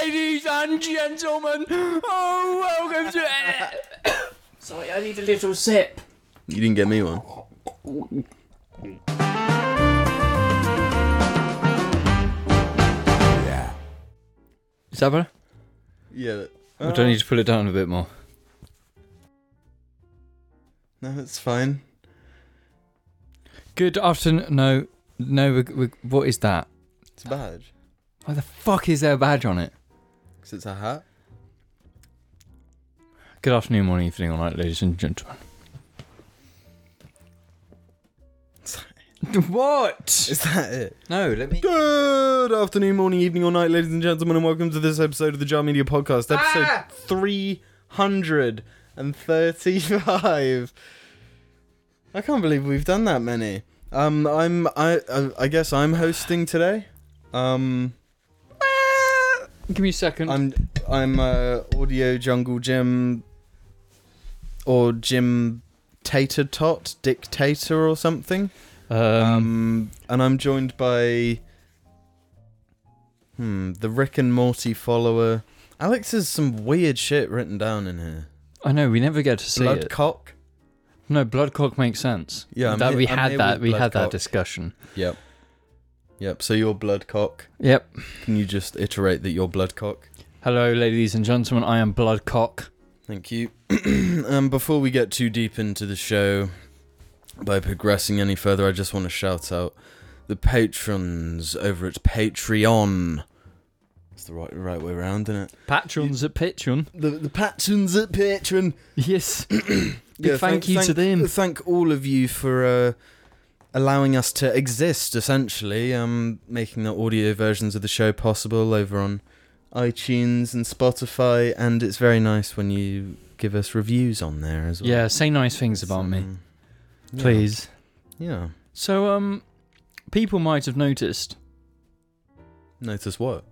Ladies and gentlemen, oh, welcome to. Sorry, I need a little sip. You didn't get me one. Is that better? Yeah. Or do I need to pull it down a bit more? No, it's fine. Good afternoon. No, no, we we what is that? It's a badge. Why the fuck is there a badge on it? Because it's a hat. Good afternoon, morning, evening, all night, ladies and gentlemen. What? Is that it? No, let me. Good afternoon, morning, evening, or night, ladies and gentlemen, and welcome to this episode of the Jar Media Podcast, episode 335. I can't believe we've done that many. Um, I'm, I, I, I guess I'm hosting today. Um, Give me a 2nd I'm, I'm, uh, Audio Jungle Jim, or Jim Tater Tot, Dictator, or something. Um, and I'm joined by hmm, the Rick and Morty follower. Alex has some weird shit written down in here. I know we never get to see it. Bloodcock. No, Bloodcock makes sense. Yeah, I'm that he- we I'm had here that with we had that Bloodcock. discussion. Yep. Yep. So you're Bloodcock. Yep. Can you just iterate that you're Bloodcock? Hello, ladies and gentlemen. I am Bloodcock. Thank you. um, before we get too deep into the show, by progressing any further, I just want to shout out the patrons over at Patreon. It's the right right way around, isn't it? Patrons at Patreon. The the patrons at Patreon. Yes. Big thank you to them. Thank all of you for uh, allowing us to exist, essentially, um, making the audio versions of the show possible over on iTunes and Spotify, and it's very nice when you give us reviews on there as well. Yeah. Say nice things about me, Um, yeah. please. Yeah. So, um, people might have noticed Notice what?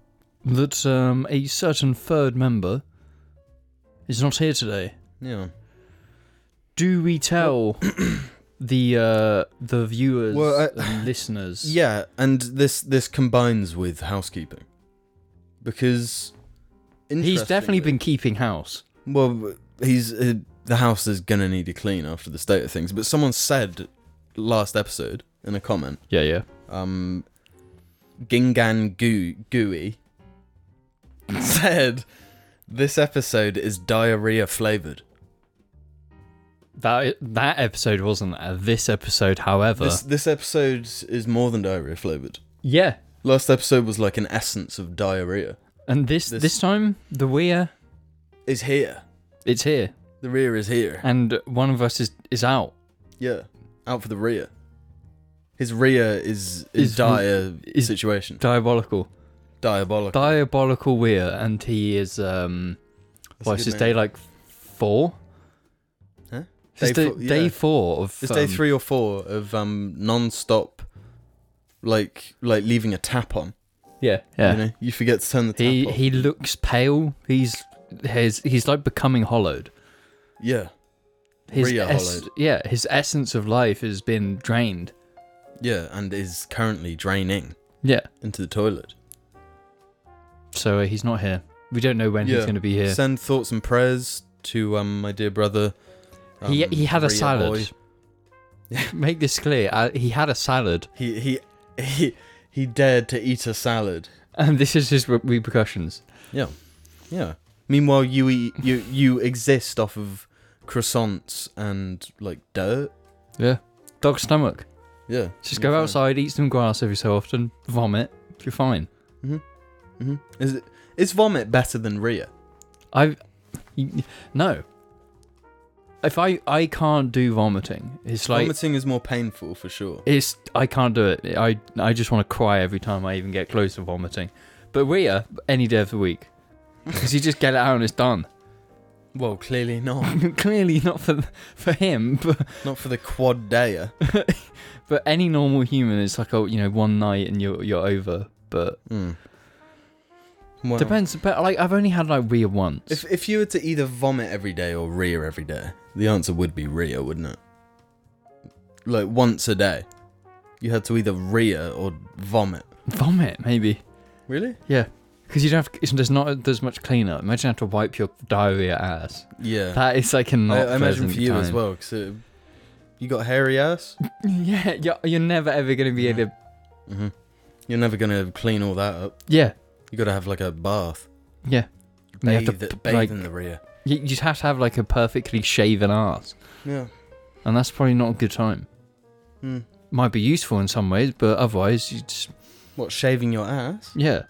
that um a certain third member is not here today. Yeah. Do we tell the uh the viewers Well, I- and listeners? Yeah, and this this combines with housekeeping. Because He's definitely interestingly- been keeping house. Well, he's uh, the house is gonna need a clean after the state of things. But someone said last episode in a comment, Yeah, yeah. um, Gingan Goo Gooey said this episode is diarrhea flavored. That that episode wasn't uh, this episode, however. This this episode is more than diarrhea flavored. yeah, Last episode was like an essence of diarrhea. and this, this This- time the weir Is here. it's here, The rear is here. and one of us is is out. Yeah, out for the rear. His rear is is, Is- dire is- situation. Diabolical, Diabolical. diabolical weir, and he is um. That's a Well, it's good his name. day like four. Huh? It's his Day day, four- yeah. day four of It's day um, three or four of um non-stop, like like leaving a tap on. Yeah, yeah. You know, you forget to turn the tap he off. he looks pale. He's his he's like becoming hollowed. yeah, His Rhea es- hollowed. yeah, his essence of life has been drained. yeah, and is currently draining Yeah. into the toilet. So uh, he's not here. We don't know when Yeah. he's going to be here. Send thoughts and prayers to um my dear brother. he um, he had a Rhea salad. boy. Make this clear. Uh, he had a salad, He he he he dared to eat a salad. and this is his re- repercussions. Yeah, yeah. Meanwhile, you eat, you you exist off of croissants and like dirt. Yeah. Dog stomach. Yeah, Just go outside, eat some grass every so often, vomit. You're fine. hmm Is it is vomit better than Rhea? I y- no. If I I can't do vomiting. It's like Vomiting is more painful for sure. it's I can't do it. I I just want to cry every time I even get close to vomiting. But we are any day of the week because you just get it out and it's done. Well, clearly not. Clearly not for for him, but not for the quad dayer. but any normal human, it's like oh you know one night and you're you're over. But Mm. Well, Hmm. depends. But like I've only had like Rhea once. If if you were to either vomit every day or Rhea every day, the answer would be Rhea, wouldn't it? Like once a day, you had to either Rhea or vomit. vomit maybe. Really? Yeah. Because you don't have. It's, there's not as much cleanup. Imagine having to wipe your diarrhea ass. Yeah. That is like a not. I, I imagine pleasant for you as time. well, because you got hairy ass. Yeah, you're, you're never ever gonna be able. to... Mm-hmm. hmm You're never gonna clean all that up. Yeah, You gotta have like a bath. yeah. And Bathe, you have to bathe like. in the rear. You you just have to have like a perfectly shaven ass, Yeah. and that's probably not a good time. Mm. Might be useful in some ways, but otherwise, you just What shaving your ass? yeah.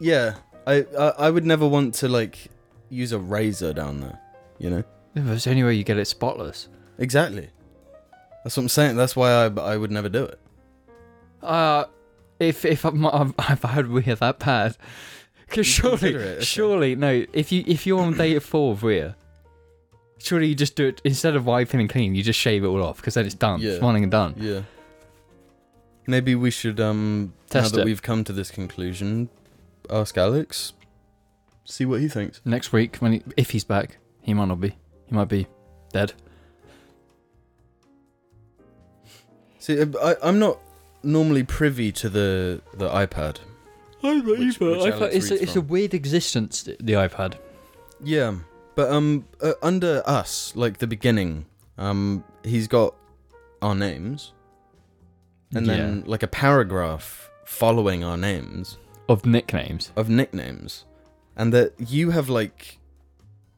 Yeah. I, I I would never want to like use a razor down there. You know. There's the only way you get it spotless. Exactly. That's what I'm saying. That's why I I would never do it. Uh, if if I'm, I've, I've had Rhea that bad, because You surely, consider it, okay. surely no. If you if you're on day four of Rhea, surely you just do it instead of wiping and cleaning. You just shave it all off because then it's done. Yeah. It's one and done. Yeah. Maybe we should um Test now that it. we've come to this conclusion, ask Alex, see what he thinks. Next week, when he, if he's back, he might not be. He might be dead. See, uh, I, I'm not normally privy to the the iPad. I'm not Which- either. which iPad- Alex reads it's a, it's a from? weird existence. th- The iPad. Yeah, but um, uh, under us, like the beginning, um, he's got our names, and then like a paragraph following our names Yeah. of nicknames. of nicknames, and that you have like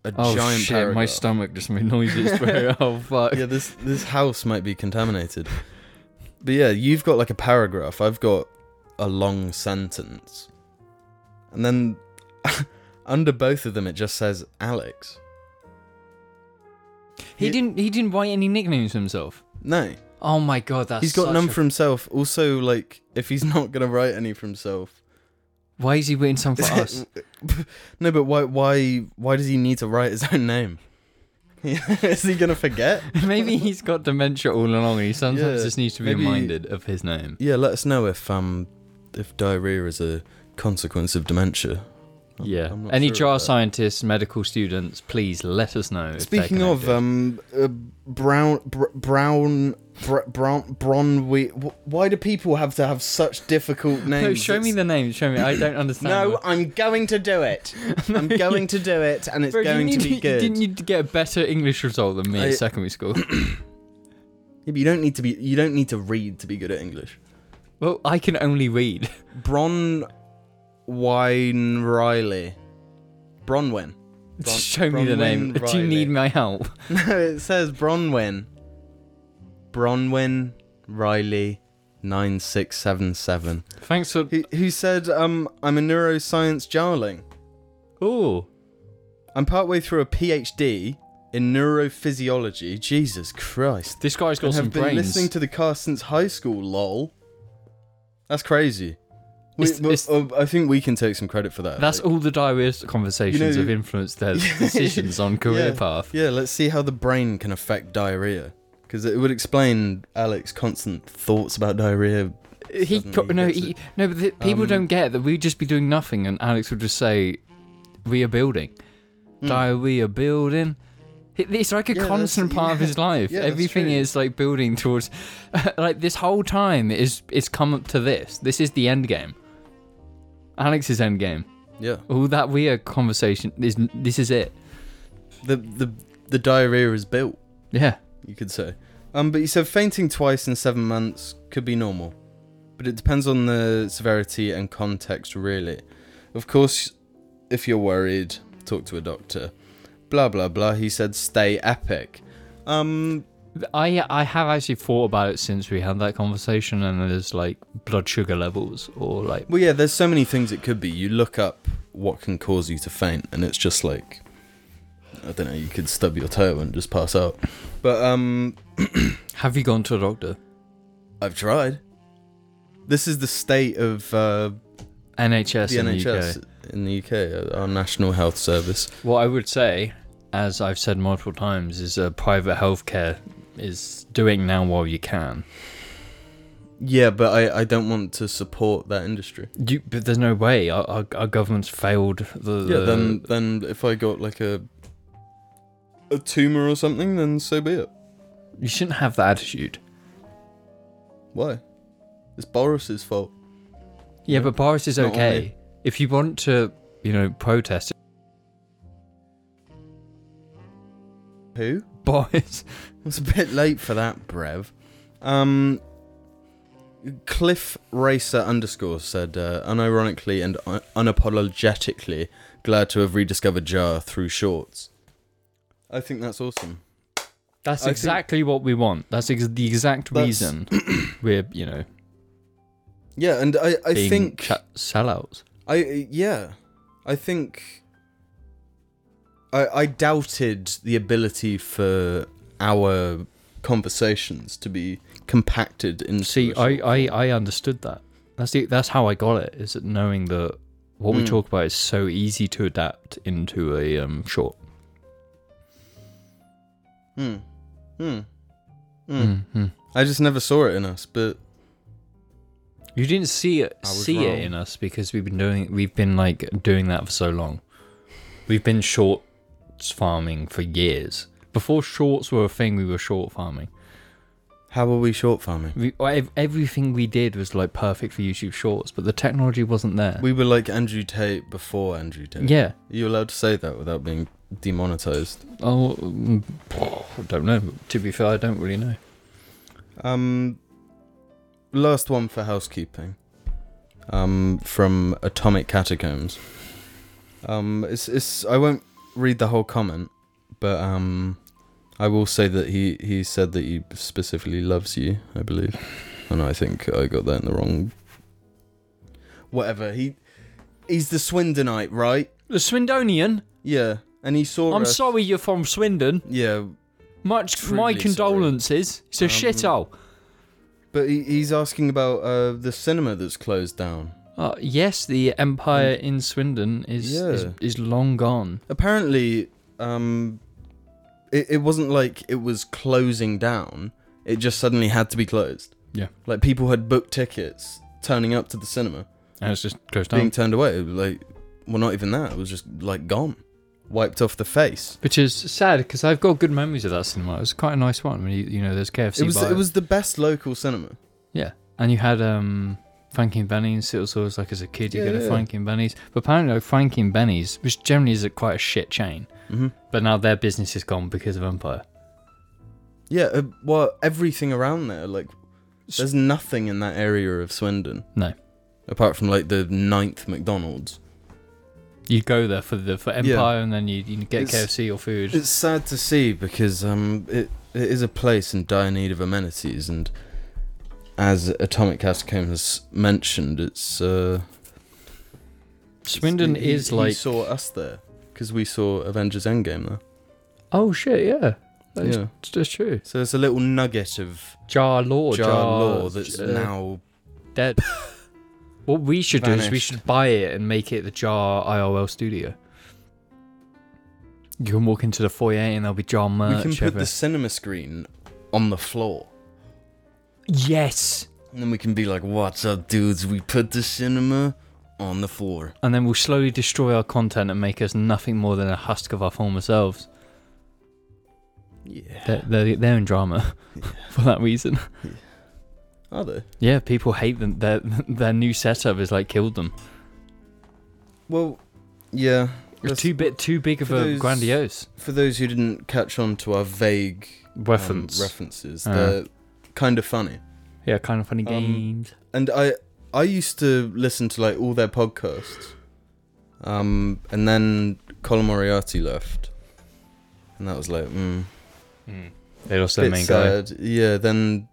a Oh giant shit! paragraph. My stomach just made noises. bro. oh fuck. yeah, this this house might be contaminated. But yeah, you've got like a paragraph. I've got a long sentence, and then under both of them, it just says Alex. He Yeah. didn't. He didn't write any nicknames himself. No, Oh my god, that's he's got such none a- for himself. Also, like if he's not gonna write any for himself, Why is he waiting some for us? no. But why? Why? Why does he need to write his own name? Is he gonna forget? Maybe he's got dementia all along and he sometimes Yeah, just needs to be maybe- reminded of his name. Yeah, let us know if um if diarrhea is a consequence of dementia. I'm- Yeah. I'm not Any sure jar about that. scientists, medical students, please let us know. if they're Speaking of connected. um, uh, brown, br- brown, br- brown, bron. We, wh- why do people have to have such difficult names? No, show me It's- the name. Show me. I don't understand. No, what- I'm going to do it. I'm going to do it, and it's Bro, you going to need- be good. You didn't need to get a better English result than me I- at secondary school. Yeah, but you don't need to be. You don't need to read to be good at English. well, I can only read. Bron, wine Riley, Bronwyn. Bron- show me the name. Bronwyn Do you Riley. need my help? No, it says Bronwyn. Bronwyn Riley, nine six seven seven. Thanks for. Who, who said, um, I'm a neuroscience jarling. Oh, I'm partway through a PhD in neurophysiology. Jesus Christ. this guy's got And some have been brains. listening to the cast since high school, lol. That's crazy. We, It's- well, it's- uh, I think we can take some credit for that. That's Like, all the diarrhea conversations You know- have influenced their decisions on career yeah, path. Yeah, let's see how the brain can affect diarrhea. Because it would explain Alex's constant thoughts about diarrhea. He Suddenly pro- he no, gets he, it. no, but the, people Um, don't get that we'd just be doing nothing, and Alex would just say, "We are building, diarrhea building." It- It's like a Hmm. Yeah, that's- constant part of his life. Yeah, that's Everything true. is like building towards, like this whole time is it's come up to this. This is the end game. Alex's end game. Yeah. All that we're conversation is this is it. The, the, the diarrhea is built. Yeah. you could say. Um, but you said fainting twice in seven months could be normal, but it depends on the severity and context, really. Of course, if you're worried, talk to a doctor. Blah blah blah. He said, "Stay epic." Um, I I have actually thought about it since we had that conversation, and there's like blood sugar levels or like well, yeah. There's so many things it could be. You look up what can cause you to faint, and it's just like, I don't know. You could stub your toe and just pass out. But um, Have you gone to a doctor? I've tried. This is the state of uh, NHS the in NHS the UK. in the UK, uh, our national health service. What I would say, as I've said multiple times, is uh, private healthcare is doing now while you can. Yeah, but I, I don't want to support that industry. You, but there's no way our, our, our government's failed the. Yeah, the- then then if I got like a a tumor or something, then so be it. you shouldn't have that attitude. Why? It's Boris's fault. Yeah, but Boris is Not okay. if you want to, you know, protest, Who? boys, It's a bit late for that, Brev. Um, Cliff Racer underscore said, uh, unironically and un- unapologetically, glad to have rediscovered Jar through shorts. I think that's awesome. I that's think- exactly what we want. That's ex- the exact That's- reason we're, you know, Yeah, and I, I being think cha- sellouts. I yeah, I think I I doubted the ability for our conversations to be compacted into. See, a I, short I, form. I understood that. That's the, that's how I got it. Is that knowing that what we Mm. talk about is so easy to adapt into a um, short. Hmm. Hmm. Hmm. Mhm. I just never saw it in us, but You didn't see it I was see wrong. it in us because we've been doing we've been like doing that for so long. We've been shorts farming for years. Before shorts were a thing, we were short farming. how were we short farming? We, ev- everything we did was like perfect for YouTube Shorts, but the technology wasn't there. We were like Andrew Tate before Andrew Tate. yeah. Are you allowed to say that without being demonetized? Oh, mm, I don't know. To be fair, I don't really know. Um, last one for housekeeping. Um, from Atomic Catacombs. Um, it's it's. I won't read the whole comment, but um, I will say that he he said that he specifically loves you. I believe, and I think I got that in the wrong. Whatever he, he's the Swindonite, right? The Swindonian. Yeah, and he saw. I'm us- sorry you're from Swindon. Yeah, Much Truly my sorry. condolences. It's a Um, shithole. but he, he's asking about uh the cinema that's closed down. Uh, yes, the empire in Swindon is, is Yeah. is long gone. apparently um it, it wasn't like it was closing down it just suddenly had to be closed Yeah. like people had booked tickets turning up to the cinema And it's just goes being turned away It was like well not even that it was just like gone wiped off the face Which is sad because I've got good memories of that cinema. It was quite a nice one. I mean, you, you know, there's KFC it was by it was the best local cinema yeah, and you had um Frankie and Benny's. It was always like as a kid you Yeah, go to yeah. Frankie and Benny's, but apparently like, Frankie and Benny's, which generally is a, quite a shit chain, mm-hmm. but now their business is gone because of Empire. yeah uh, well everything around there like there's nothing in that area of swindon No. apart from like the ninth mcdonald's You go there for the for Empire, and then you, you get It's- KFC or food. It's sad to see because um, it, it is a place in dire need of amenities, and as Atomic Catacomb has mentioned, it's. Uh, Swindon he- he- is he like saw us there because we saw Avengers Endgame there. oh shit, yeah, that's yeah. that's true. So it's a little nugget of Jar Law, Jar, Law that's uh, now. dead. what we should do is we Vanished. should buy it and make it the Jar IRL studio. You can walk into the foyer and there'll be Jar merch. We can put everywhere. the cinema screen on the floor. Yes, And then we can be like, what's up, dudes? We put the cinema on the floor. and then we'll slowly destroy our content and make us nothing more than a husk of our former selves. Yeah. They're, they're, they're in drama for that reason. Are they? Yeah, people hate them. Their their new setup has like killed them. Well, yeah. It's that's- too bit too big of for a those- grandiose For those who didn't catch on to our vague um, reference. references, Uh. they're kind of funny. yeah, kind of funny Um, games. And I I used to listen to like all their podcasts, um, and then Colin Moriarty left, and that was like mm, Hmm. They lost their bit main guy. sad. Yeah, then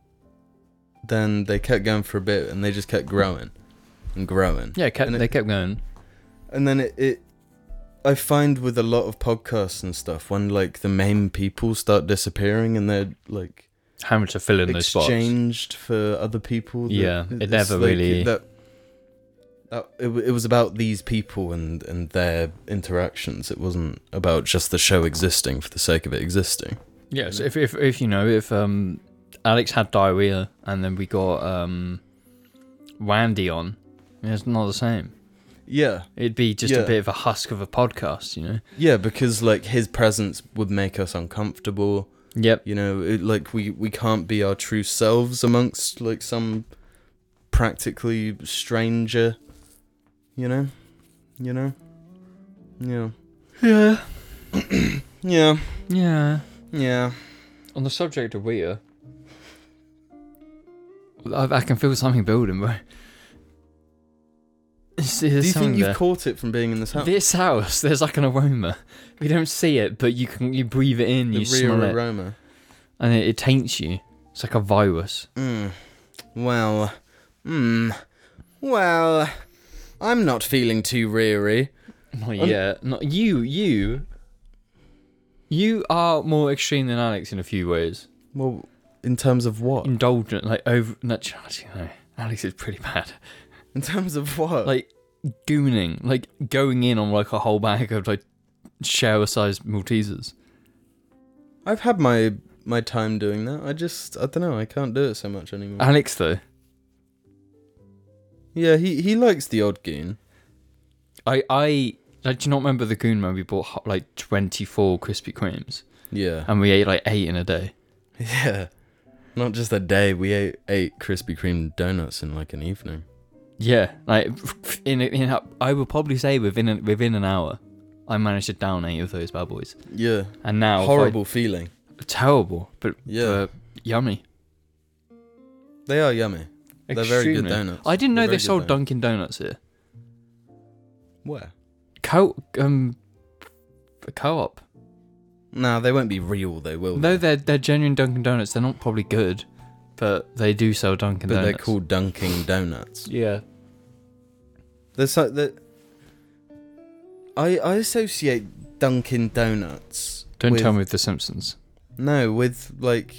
then they kept going for a bit, and they just kept growing and growing. Yeah, kept, And it- they kept going. And then it, it, I find with a lot of podcasts and stuff, when like the main people start disappearing, and they're like How much to fill in those spots? exchanged for other people. that- Yeah, it it's never really- That, that, it, w- it was about these people and, and their interactions. It wasn't about just the show existing for the sake of it existing. Yeah, so if, if if you know if um Alex had diarrhea and then we got um Randy on, I mean, it's not the same. Yeah, It'd be just a Yeah. bit of a husk of a podcast, you know. yeah, because like his presence would make us uncomfortable. Yep. You know, it, like we we can't be our true selves amongst like some practically stranger. You know, you know? Yeah. Yeah. Yeah. Yeah. Yeah. On the subject of Rita, I, I can feel something building, bro. It's- Do there's you something think you've there. caught it from being in this house? This house, there's like an aroma. We don't see it, but you can you breathe it in, the you real smell it, aroma. and it, it taints you. It's like a virus. Mm. Well. Hmm. Well. I'm not feeling too reary. Not yet. Not you. You. You are more extreme than Alex in a few ways. Well, in terms of what? Indulgent, like over. No, ch- you know, Alex is pretty bad. In terms of what? Like gooning, like going in on like a whole bag of like shower-sized Maltesers. I've had my my time doing that. I just I don't know. I can't do it so much anymore. Alex though, yeah, he he likes the odd goon. I I. I do not remember the goon when we bought ho- like 24 Krispy Kremes Yeah. and we ate like eight in a day. Yeah. Not just a day. We ate eight Krispy Kreme donuts in like an evening. Yeah, like in in I would probably say within a, within an hour, I managed to down eight of those bad boys. Yeah. And now if I- Horrible feeling. terrible, but Yeah. but yummy. They are yummy. They're very good Extremely. donuts. I didn't know They're they very good sold donuts. Dunkin' Donuts here. Where? Co um, co-op. No, they won't be real. They will. Though be. they're they're genuine Dunkin' Donuts, they're not probably good, but they do sell Dunkin' but Donuts. they're called Dunkin' Donuts. Yeah. There's so that. I I associate Dunkin' Donuts. Don't with, tell me with the Simpsons. No, with like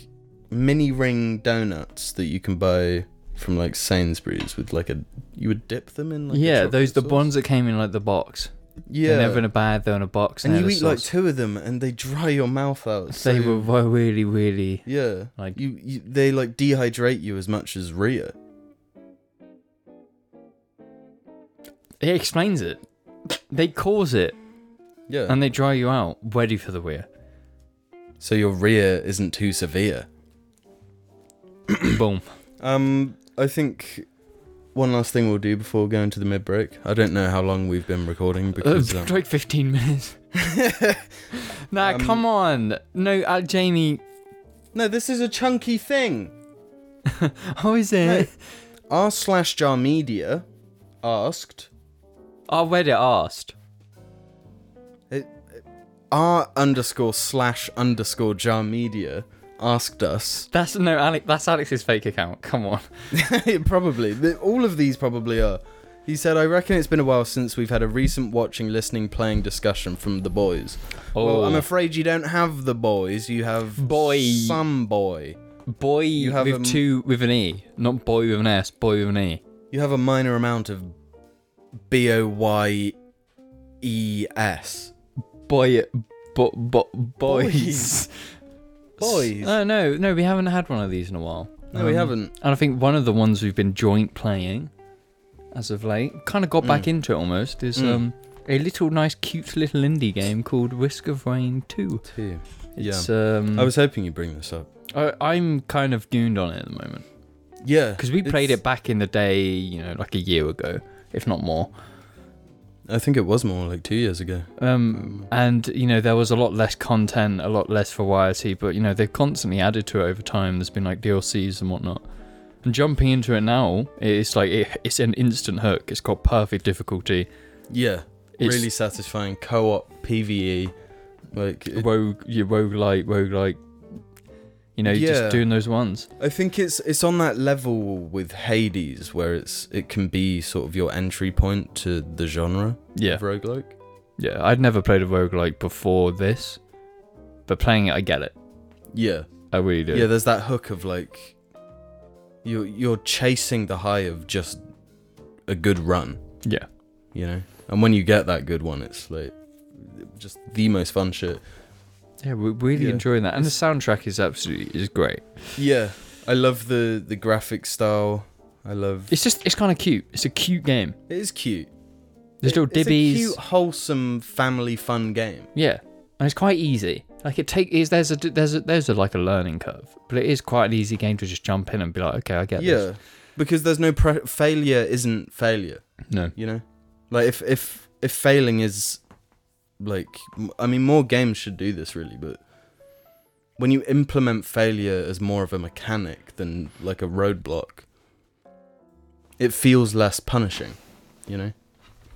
mini ring donuts that you can buy from like Sainsbury's with like a you would dip them in like a yeah, those chocolate the sauce. ones that came in like the box. yeah They're never in a bag. They're in a box. and they're you the eat like sauce. two of them and they dry your mouth out so They were were really really yeah like you, you they like dehydrate you as much as Rhea It explains it. They cause it yeah and they dry you out, ready for the weir. so your Rhea isn't too severe Boom. um I think one last thing we'll do before going to the mid break I don't know how long we've been recording because Uh, um, like 15 minutes. nah, come on. No, uh, Jamie. no this is a chunky thing How is it? r slash jar media asked I read it asked. r uh, underscore slash underscore jar media asked us That's no, Alex. That's Alex's fake account. Come on. probably Th- all of these probably are he said i reckon it's been a while since we've had a recent watching listening playing discussion from the boys well i'm Oh. afraid you don't have the boys you have Boy. some boy Boy have um, a with m- two with an E, not boy with an S. Boy with an E. you have a minor amount of b-o-y-e-s E Boy, bo, bo, boys. Boys. Um, Oh no, no, we haven't had one of these in a while. no we haven't And I think one of the ones we've been joint playing as of late, kind of got Mm. back into it almost, is um, a little nice, cute little indie game called Risk of Rain 2. yeah It's, um, i was hoping you'd bring this up I, I'm kind of gooned on it at the moment. yeah Because we played it's- it back in the day, you know, like a year ago, if not more. i think it was more like two years ago Mm. Um, and, you know, there was a lot less content, a lot less variety, but, you know, they've constantly added to it over time. There's been like DLCs and whatnot. And jumping into it now, it's like it, it's an instant hook. It's got perfect difficulty. yeah It's- really satisfying co-op pve like it- rogue your roguelike roguelike you know you're Yeah. just doing those ones I think it's it's on that level with Hades where it's it can be sort of your entry point to the genre yeah of roguelike. yeah i'd never played a roguelike before this but playing it i get it Yeah. i really do yeah. there's that hook of like you're you're chasing the high of just a good run, yeah you know? And when you get that good one it's like just the most fun shit. yeah we're really Yeah. enjoying that and the soundtrack is absolutely is great Yeah. I love the the graphic style. I love it's just it's kind of cute it's a cute game it is cute. there's It- little dibbies It's a cute, wholesome, family fun game. yeah and it's quite easy like it take is there's a there's a there's a like a learning curve but it is quite an easy game to just jump in and be like okay i get this Yeah, because there's no pre- failure. Isn't failure, no you know? Like if if if failing is like m- I mean more games should do this really, but when you implement failure as more of a mechanic than like a roadblock, it feels less punishing, you know?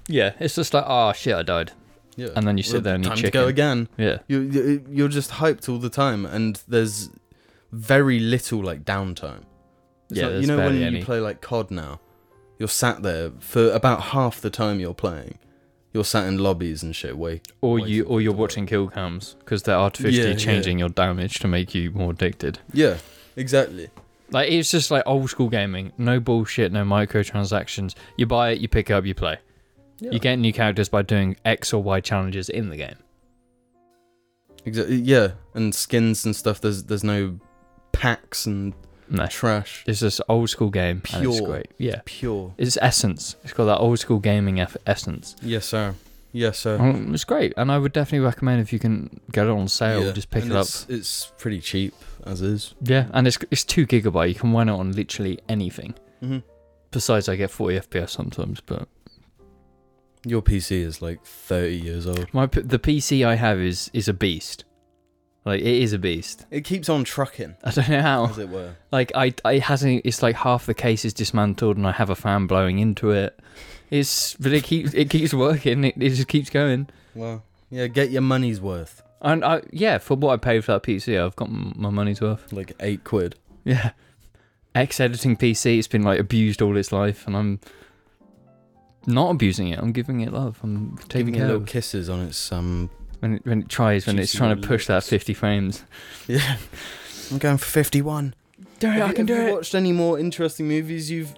Yeah, it's just like, oh shit, I died. Yeah. And then you sit there and you time to chicken. go again. Yeah. You- You you're just hyped all the time, and there's very little like downtime. It's Yeah, like- you there's know when barely you any. play like COD now, you're sat there for about half the time you're playing. You're sat in lobbies and shit. Wait, Or waiting you for or it you're to work. watching kill cams because they're artificially Yeah, yeah. changing your damage to make you more addicted. Yeah, exactly. Like it's just like old school gaming. No bullshit, no microtransactions. You buy it, you pick it up, you play. Yeah. You get new characters by doing X or Y challenges in the game. Exactly. Yeah, and skins and stuff. There's there's no packs and No. trash. It's this old school game and it's Pure. great. Yeah. Pure. It's essence. It's got that old school gaming eff- essence. Yes, sir. Yes, sir. Um, it's great, and I would definitely recommend if you can get it on sale, Yeah, just pick and it up. It's, it's pretty cheap as is. Yeah, and it's it's two gigabyte. You can run it on literally anything. Mm-hmm. Besides, I get 40 FPS sometimes, but Your PC is like 30 years old. my p- the PC I have is is a beast. Like it is a beast. It keeps on trucking, I don't know how. as it were. Like I, I it hasn't. It's like half the case is dismantled, and I have a fan blowing into it. It's but it keeps it keeps working. It, it just keeps going. Well, yeah, get your money's worth. And I yeah, for what I paid for that PC, I've got m- my money's worth. Like eight quid. Yeah, X editing PC. It's been like abused all its life, and I'm not abusing it. I'm giving it love. I'm taking Giving it care little of it. kisses on its um. when it when it tries when it's Juicy trying to little push that lips. 50 frames. Yeah, I'm going for fifty-one. Do Have you- have you Watched any more interesting movies? You've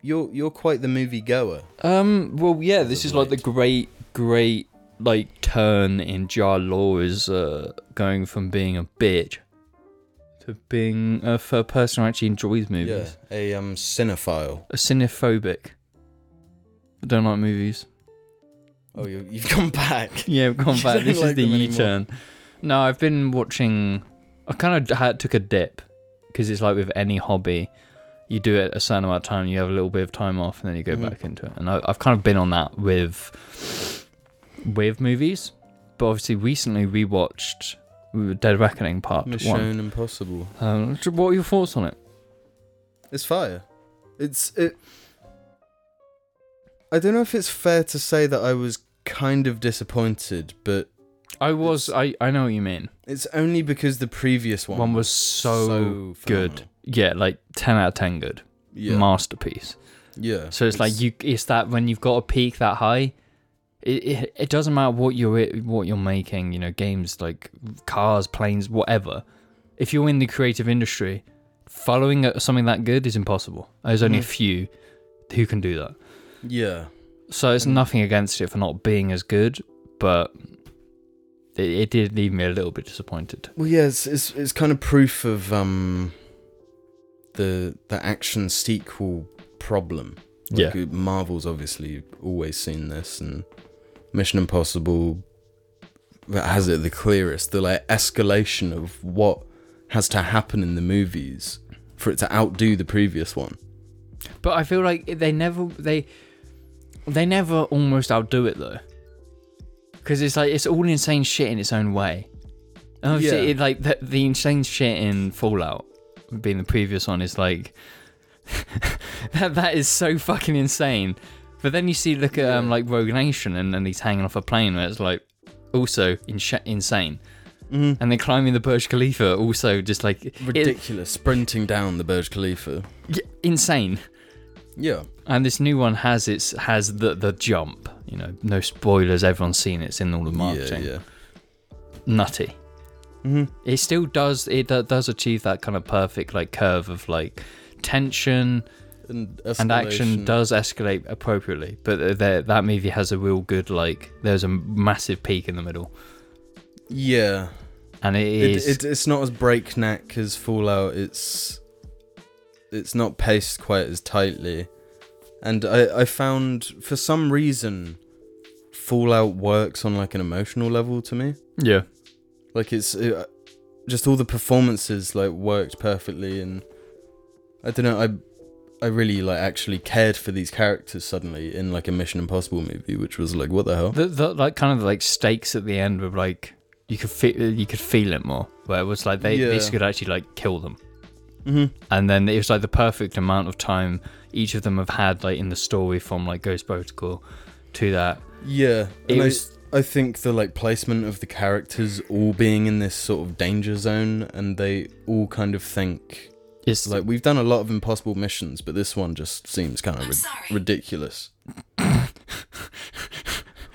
you're you're quite the movie goer. Um. Well, yeah. This As is of like the late. great, great like turn in Jar Law is uh, going from being a bitch to being a f- a person who actually enjoys movies. Yeah, a um cinephile. A cinephobic. I don't like movies. Oh, you, you've come back. Yeah, I've gone You back. don't This is like the them U anymore. turn. No, I've been watching. I kind of had, took a dip because it's like with any hobby, you do it a certain amount of time, you have a little bit of time off, and then you go Mhm. back into it. And I, I've kind of been on that with with movies, but obviously recently we watched we were Dead Reckoning Part One. Mission Impossible. Um, what are your thoughts on it? It's fire. It's it. I don't know if it's fair to say that I was kind of disappointed, but I was I I know what you mean. it's only because the previous one One, was so, good. phenomenal. Yeah, like ten out of ten good. Yeah, Masterpiece. yeah. So it's, like you, it's that when you've got a peak that high, it, it, it doesn't matter what you're what you're making, you know, games like cars, planes, whatever. If you're in the creative industry, following a- something that good is impossible. There's only a Mhm. few who can do that. Yeah, So it's Mhm. nothing against it for not being as good, but it, it did leave me a little bit disappointed. well, yeah. It's, it's it's kind of proof of um the the action sequel problem. Like, uh, Marvel's obviously always seen this, and Mission Impossible that has it the clearest. The like escalation of what has to happen in the movies for it to outdo the previous one. But I feel like they never they they never almost outdo it though, because it's like it's all insane shit in its own way. And obviously, Yeah. it, like the, the insane shit in Fallout, being the previous one, is like that. That is so fucking insane. But then you see, look at um, Yeah. like Rogue Nation, and, and he's hanging off a plane, where it's like also insha insane. Mm-hmm. And then climbing the Burj Khalifa, also just like it- Ridiculous, sprinting down the Burj Khalifa. y- insane. Yeah, And this new one has its has the the jump. You know, no spoilers. Everyone's seen it. It's in all the marketing. yeah, Nutty. yeah. Mm-hmm. It still does. It do, does achieve that kind of perfect like curve of like tension And, and action escalation. does escalate appropriately. But th- there- that movie has a real good like. There's a massive peak in the middle, Yeah, and it it, is. it, it's not as breakneck as Fallout. It's it's not paced quite as tightly, and I I found for some reason Fallout works on like an emotional level to me. yeah. Like it's uh just all the performances like worked perfectly, and I don't know. I I really like actually cared for these characters suddenly in like a Mission Impossible movie, which was like, what the hell? The, the like kind of like stakes at the end were like you could feel you could feel it more. Where it was like they this Yeah. could actually like kill them, Mm-hmm. and then it was like the perfect amount of time each of them have had like in the story from like Ghost Protocol to that. Yeah, and It I was- s- I, think the like placement of the characters all being in this sort of danger zone, and they all kind of think It's like like we've done a lot of impossible missions, but this one just seems kind of I'm rid- sorry. ridiculous.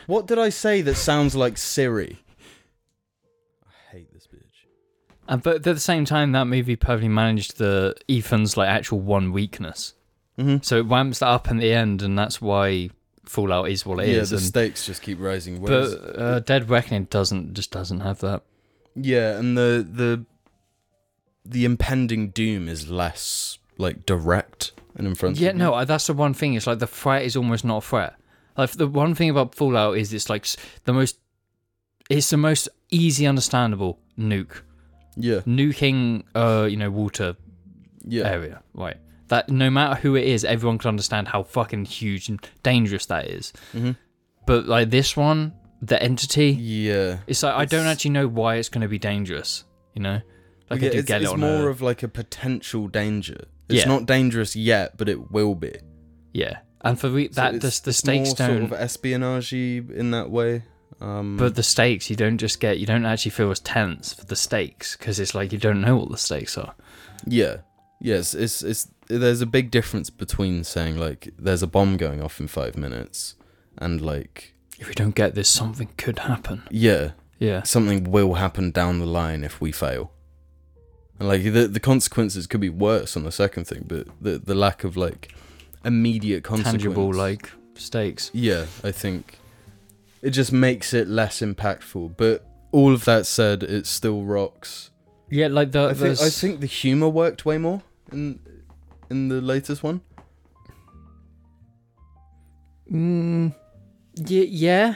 what did I say that sounds like Siri? I hate this bitch. and, uh, but at the same time that movie perfectly managed the Ethan's like actual one weakness. Mm-hmm. So it ramps that up in the end, and that's why Fallout is what it yeah, is. the and- stakes just keep rising. but Whereas, uh, Dead Reckoning doesn't just doesn't have that. yeah, and the the the impending doom is less like direct and in front. Yeah, of you. no, I- that's the one thing. It's like the threat is almost not a threat. Like the one thing about Fallout is it's like s- the most, it's the most easy understandable nuke, Yeah, nuking, uh, you know, water yeah. area, right? That no matter who it is, everyone can understand how fucking huge and dangerous that is. Mhm. But like this one, the entity, Yeah. it's like I don't It's- actually know why it's going to be dangerous. You know, like Yeah, I do it's, get it's it on more a, of like a potential danger. It's Yeah. not dangerous yet, but it will be. yeah, and for re- So that it's- the, the it's stakes more don't. sort of espionage in that way. Um, But the stakes, you don't just get, you don't actually feel as tense for the stakes because it's like you don't know what the stakes are. yeah, yes, it's it's there's a big difference between saying like there's a bomb going off in five minutes and like If we don't get this, something could happen. yeah, Yeah. something will happen down the line if we fail. And like the the consequences could be worse on the second thing, but the the lack of like immediate consequence. Tangible, like, stakes. Yeah, I think it just makes it less impactful. But all of that said, it still rocks. Yeah, like the. I, think, I think the humor worked way more in in the latest one. Mm, yeah, yeah.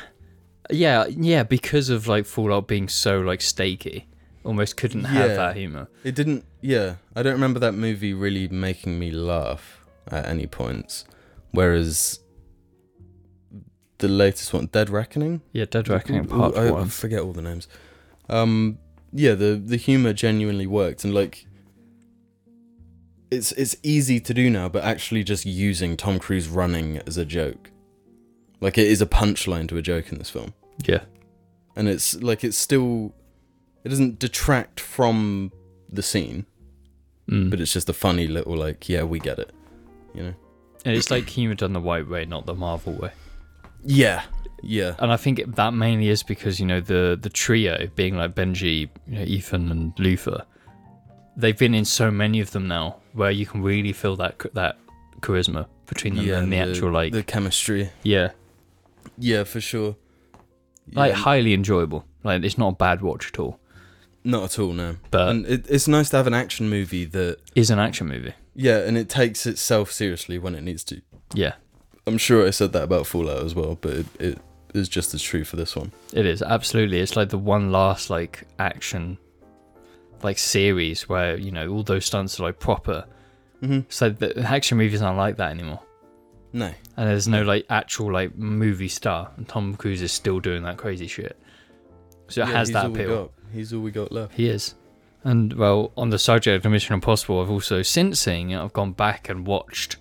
Yeah, yeah, because of, like, Fallout being so, like, stakey. Almost couldn't have Yeah. that humor. It didn't. Yeah, I don't remember that movie really making me laugh at any points. Whereas the latest one, Dead Reckoning, Yeah, Dead Reckoning Ooh, Part I 1. forget all the names. Um, yeah, the the humor genuinely worked, and like, it's it's easy to do now, but actually just using Tom Cruise running as a joke, like it is a punchline to a joke in this film, Yeah. and it's like it's still, it doesn't detract from the scene, Mm. but it's just a funny little like, yeah, we get it, you know. And it's like humor done the white way, not the Marvel way. Yeah, yeah, and I think it, that mainly is because you know the the trio being like Benji, you know, Ethan, and Luther, they've been in so many of them now where you can really feel that ch- that charisma between them yeah. and the, actual like the chemistry, yeah yeah, for sure. like Yeah. highly enjoyable. Like it's not a bad watch at all, Not at all, no. but and it, it's nice to have an action movie that, is an action movie. yeah, and it takes itself seriously when it needs to. Yeah, I'm sure I said that about Fallout as well, but it, it is just as true for this one. it is absolutely. It's like the one last like action like series where you know all those stunts are like proper. Mm-hmm. So the action movies aren't like that anymore. No. and there's no like actual like movie star and tom cruise is still doing that crazy shit so it Yeah, has he's that all we appeal got. He's all we got left. he is and well on the subject of mission impossible i've also since seeing it i've gone back and watched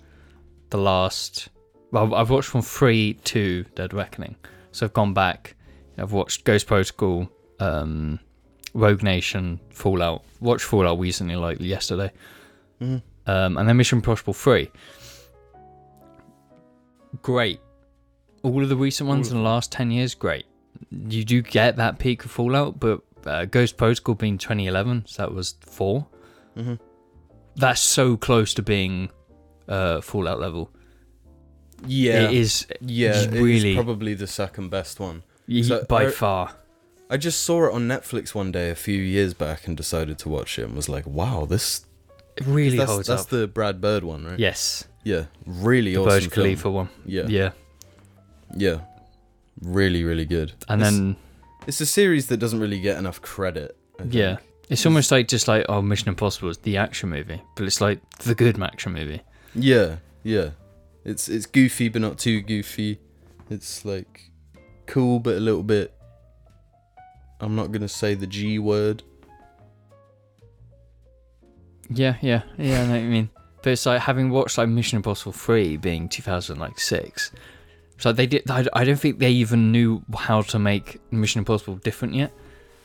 the last well i've watched from three to dead reckoning so i've gone back i've watched ghost protocol um rogue nation fallout watched fallout recently like yesterday Mhm. um, and then Mission Impossible 3. Great. All of the recent ones in the last 10 years, great. You do get that peak of Fallout, but uh, Ghost Protocol being 2011, so that was 4. Mm-hmm. That's so close to being uh, Fallout level. Yeah. It is yeah, just it is really- probably the second best one. y- So, er, by are- far. I just saw it on Netflix one day a few years back and decided to watch it and was like, wow, this. It really that's holds that's up. the Brad Bird one, right? yes. Yeah. Really The awesome. Burj film. Khalifa one. Yeah. Yeah. yeah. Really, really good. And It's- then It's a series that doesn't really get enough credit. I think. Yeah. it's almost like just like, oh, Mission Impossible is the action movie, but it's like the good action movie. Yeah, yeah. It's it's goofy but not too goofy. It's like cool but a little bit. I'm not gonna say the G word. Yeah, yeah, yeah. I know what you mean. But it's like having watched like Mission Impossible Three being two thousand like six. So they did. I, I don't think they even knew how to make Mission Impossible different yet.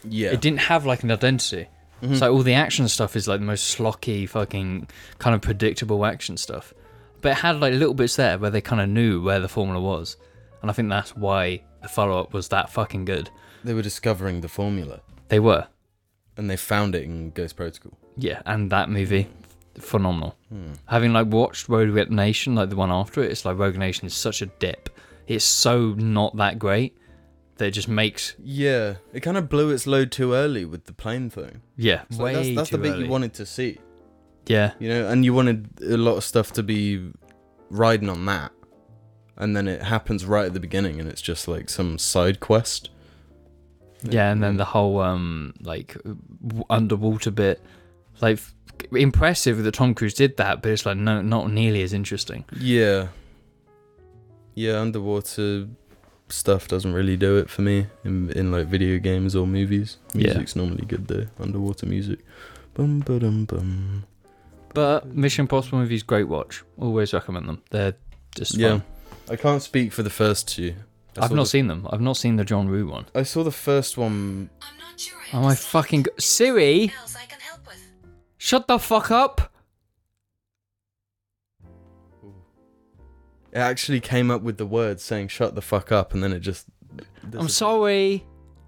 Yeah. It didn't have like an identity. Mhm. So all the action stuff is like the most slocky, fucking kind of predictable action stuff. But it had like little bits there where they kind of knew where the formula was, and I think that's why the follow up was that fucking good. They were discovering the formula, They were, and they found it in Ghost Protocol. yeah, and that movie, phenomenal. Hmm. Having like watched Rogue Nation, like the one after it, it's like Rogue Nation is such a dip. It's so not that great that it just makes Yeah, it kind of blew its load too early with the plane thing. yeah It's like, way that's that's too the bit early. you wanted to see, Yeah, you know, and you wanted a lot of stuff to be riding on that, and then it happens right at the beginning, and it's just like some side quest. Yeah, and then the whole um like w- underwater bit, like f- impressive that Tom Cruise did that, but it's like no, not nearly as interesting. Yeah. Yeah, underwater stuff doesn't really do it for me in in like video games or movies. Yeah. Music's normally good though. Underwater music. Bum bum bum. But Mission Impossible movies, great watch. Always recommend them. They're just Yeah. fun. I can't speak for the first two. I I've saw not the, seen them. I've not seen the John Woo one. I saw the first one. I'm not sure I Oh my understand fucking go- Siri, what else I can help with. shut the fuck up. It actually came up with the word saying "shut the fuck up" and then it just. I'm sorry.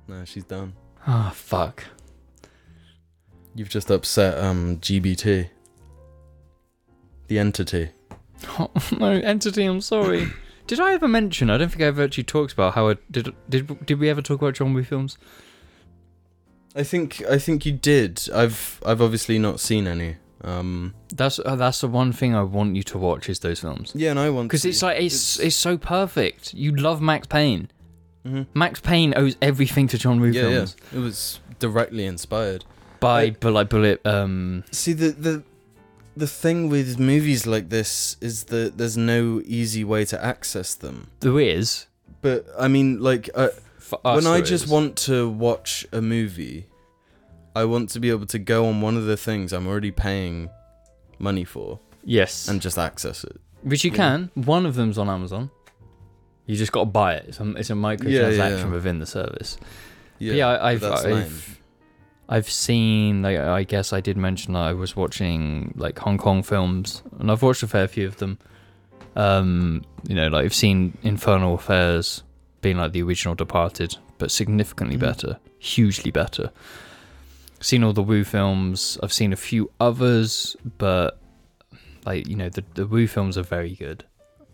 No, she's done. Ah fuck. You've just upset um GBT. The entity. Oh, no entity. I'm sorry. Did I ever mention? I don't think I ever actually talked about how I did. Did did we ever talk about John Woo films? I think I think you did. I've I've obviously not seen any. Um, That's uh, that's the one thing I want you to watch is those films Yeah, and I want because to. it's like it's, it's so perfect. You love Max Payne. Mhm. Max Payne owes everything to John Woo yeah, yeah. films It was directly inspired. by I- but like bullet. Um, See the the the thing with movies like this is that there's no easy way to access them. there is But I mean, like uh, for us when I there just is. want to watch a movie, I want to be able to go on one of the things I'm already paying money for yes, and just access it. which you yeah. can. One of them's on Amazon. You just got to buy it. It's a, it's a microtransaction Yeah, yeah, yeah. within the service. Yeah, Yeah, I, I've but that's I've, lame. I've seen. Like, I guess I did mention that I was watching like Hong Kong films, and I've watched a fair few of them. Um, you know, like I've seen Infernal Affairs being like the original Departed, but significantly Mhm. better, hugely better. Seen all the Wu films. I've seen a few others, but like you know, the the Wu films are very good.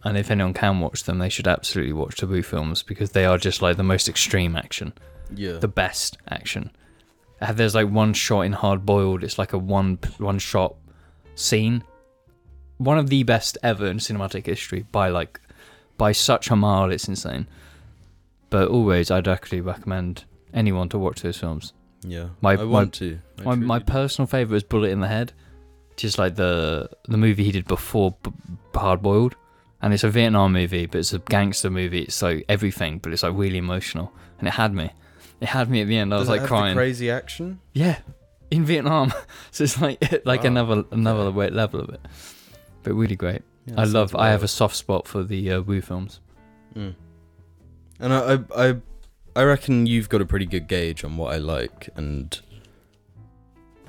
And if anyone can watch them, they should absolutely watch the Wu films because they are just like the most extreme action yeah. the best action. Uh, There's like one shot in Hard Boiled. It's like a one one shot scene, one of the best ever in cinematic history by like by such a mile. It's insane. But always, I'd actually recommend anyone to watch those films. yeah. my- I my- want to. I My, my truly personal favorite is Bullet in the Head, just like the the movie he did before B- Hard Boiled, and it's a Vietnam movie, but it's a gangster movie. It's like everything, but it's like really emotional, and it had me. It had me at the end. I Does was it like have the crying. crazy action. Yeah, in Vietnam. so it's like like Wow. another another way, level of it. But really great. Yeah, I that love. sounds I have wild. a soft spot for the uh, Wu films. Mm. And I, I, I, I reckon you've got a pretty good gauge on what I like, and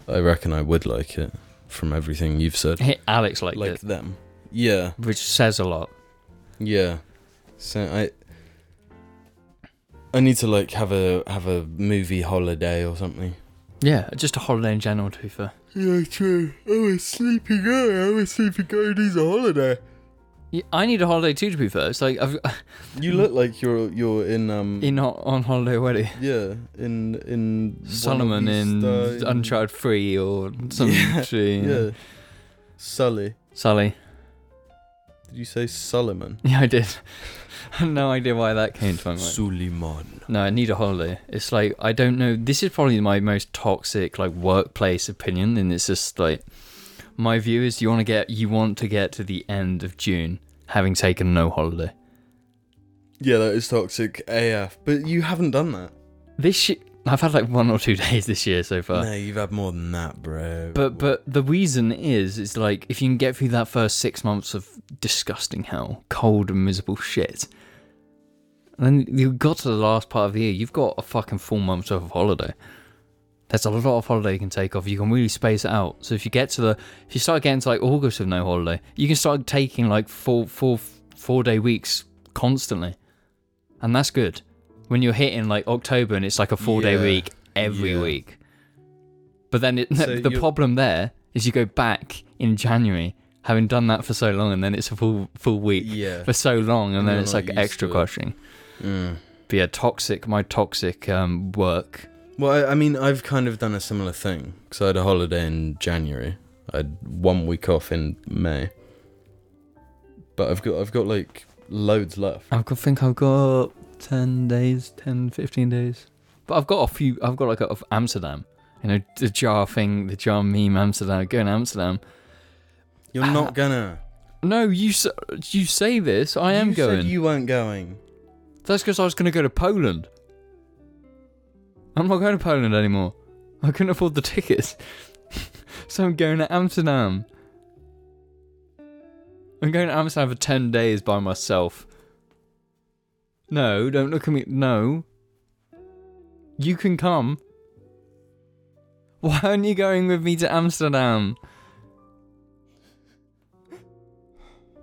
I reckon I would like it from everything you've said. Alex liked like it, them. Yeah, which says a lot. yeah. So I, I need to like have a have a movie holiday or something. Yeah, just a holiday in general. To be fair, Yeah, true. I was sleeping out. I was sleeping out. Needs a holiday. yeah, I need a holiday too. To be fair, it's like I've You look like you're you're in um in ho- on holiday already. yeah in in one of Solomon these, in uh, Uncharted Three or some Yeah, shit. Yeah. Sully. Sally. Did you say Solomon? Yeah, I did. I had no idea why that came to my mind. Suleiman. No, I need a holiday. It's like I don't know. This is probably my most toxic like workplace opinion, and it's just like my view is you want to get you want to get to the end of June having taken no holiday. Yeah, that is toxic AF. But you haven't done that. This sh- I've had like one or two days this year so far. no, you've had more than that, bro. Uh. But but the reason is is like if you can get through that first six months of disgusting hell, cold and miserable shit, and then you got to the last part of the year, you've got a fucking full month's worth of holiday. There's a lot of holiday you can take off. You can really space it out. So if you get to the if you start getting to like August with no holiday, you can start taking like four four four day weeks constantly, and that's good. When you're hitting like October and it's like a four day Yeah. week every Yeah. week. But then it, So the you- problem there is you go back in January, having done that for so long, and then it's a full full week yeah. for so long, and And then you're it's not like used extra to it. crushing. Mm. But yeah, toxic. My toxic um, work. Well, I, I mean, I've kind of done a similar thing because I had a holiday in January. I had one week off in May. But I've got I've got like loads left. I think I've got ten days, 10, 15 days. But I've got a few. I've got like a, of Amsterdam. You know the jar thing, the jar meme. Amsterdam. Going to Amsterdam. You're Ah. not gonna. No, you s- you say this. I am you going. Said you weren't going. That's because I was going to go to Poland. I'm not going to Poland anymore. I couldn't afford the tickets. so I'm going to Amsterdam. I'm going to Amsterdam for 10 days by myself. No, don't look at me. No. You can come. Why aren't you going with me to Amsterdam?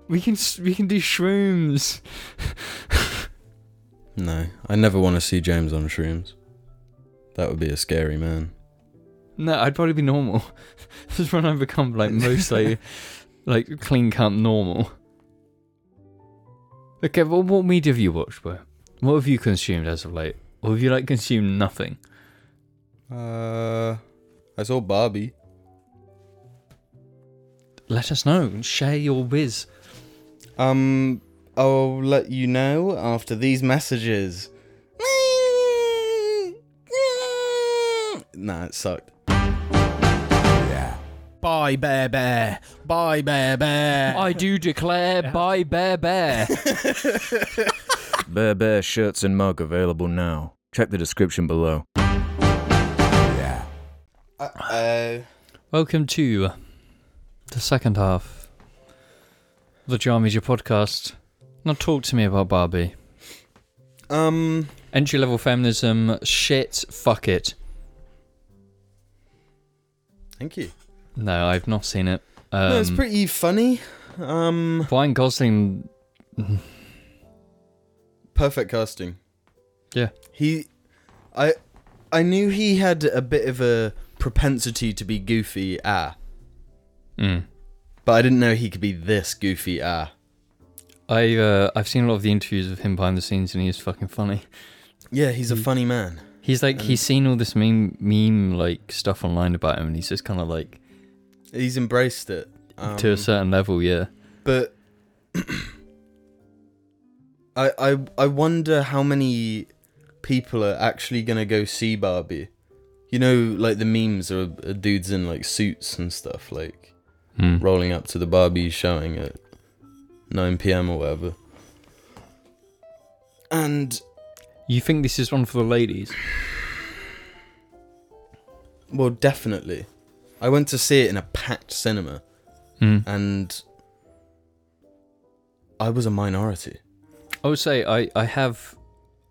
We can s- we can do shrooms. No, I never want to see James on shrooms. That would be a scary man. No, I'd probably be normal. this is when I become like mostly like clean cut normal. Okay, well, what media have you watched, bro? What have you consumed as of late? Or have you like consumed nothing? Uh, I saw Barbie. Let us know and share your whiz. Um, I'll let you know after these messages. Nah, it sucked. Bye, Bear Bear. Bye, Bear Bear. I do declare by Bear Bear. Bear Bear shirts and mug available now. Check the description below. Uh, Welcome to the second half of the Jar Media podcast. Now talk to me about Barbie. um, Entry level feminism, shit, fuck it. thank you. No, I've not seen it. Um, no, it's pretty funny. Um, Brian Gosling perfect casting. Yeah. He, I, I knew he had a bit of a propensity to be goofy. Ah, Mm. but I didn't know he could be this goofy. Ah. I uh, I've seen a lot of the interviews of him behind the scenes, and he is fucking funny. Yeah, he's a Mm. funny man. He's like Um, he's seen all this meme meme like stuff online about him, and he's just kind of like He's embraced it. Um, to a certain level, yeah. but I, I I wonder how many people are actually gonna go see Barbie. You know, like the memes are, are dudes in like suits and stuff, like Mm. rolling up to the Barbie showing at 9 p.m. or whatever. And You think this is one for the ladies? well, definitely, I went to see it in a packed cinema, Mm. and I was a minority. I would say I I have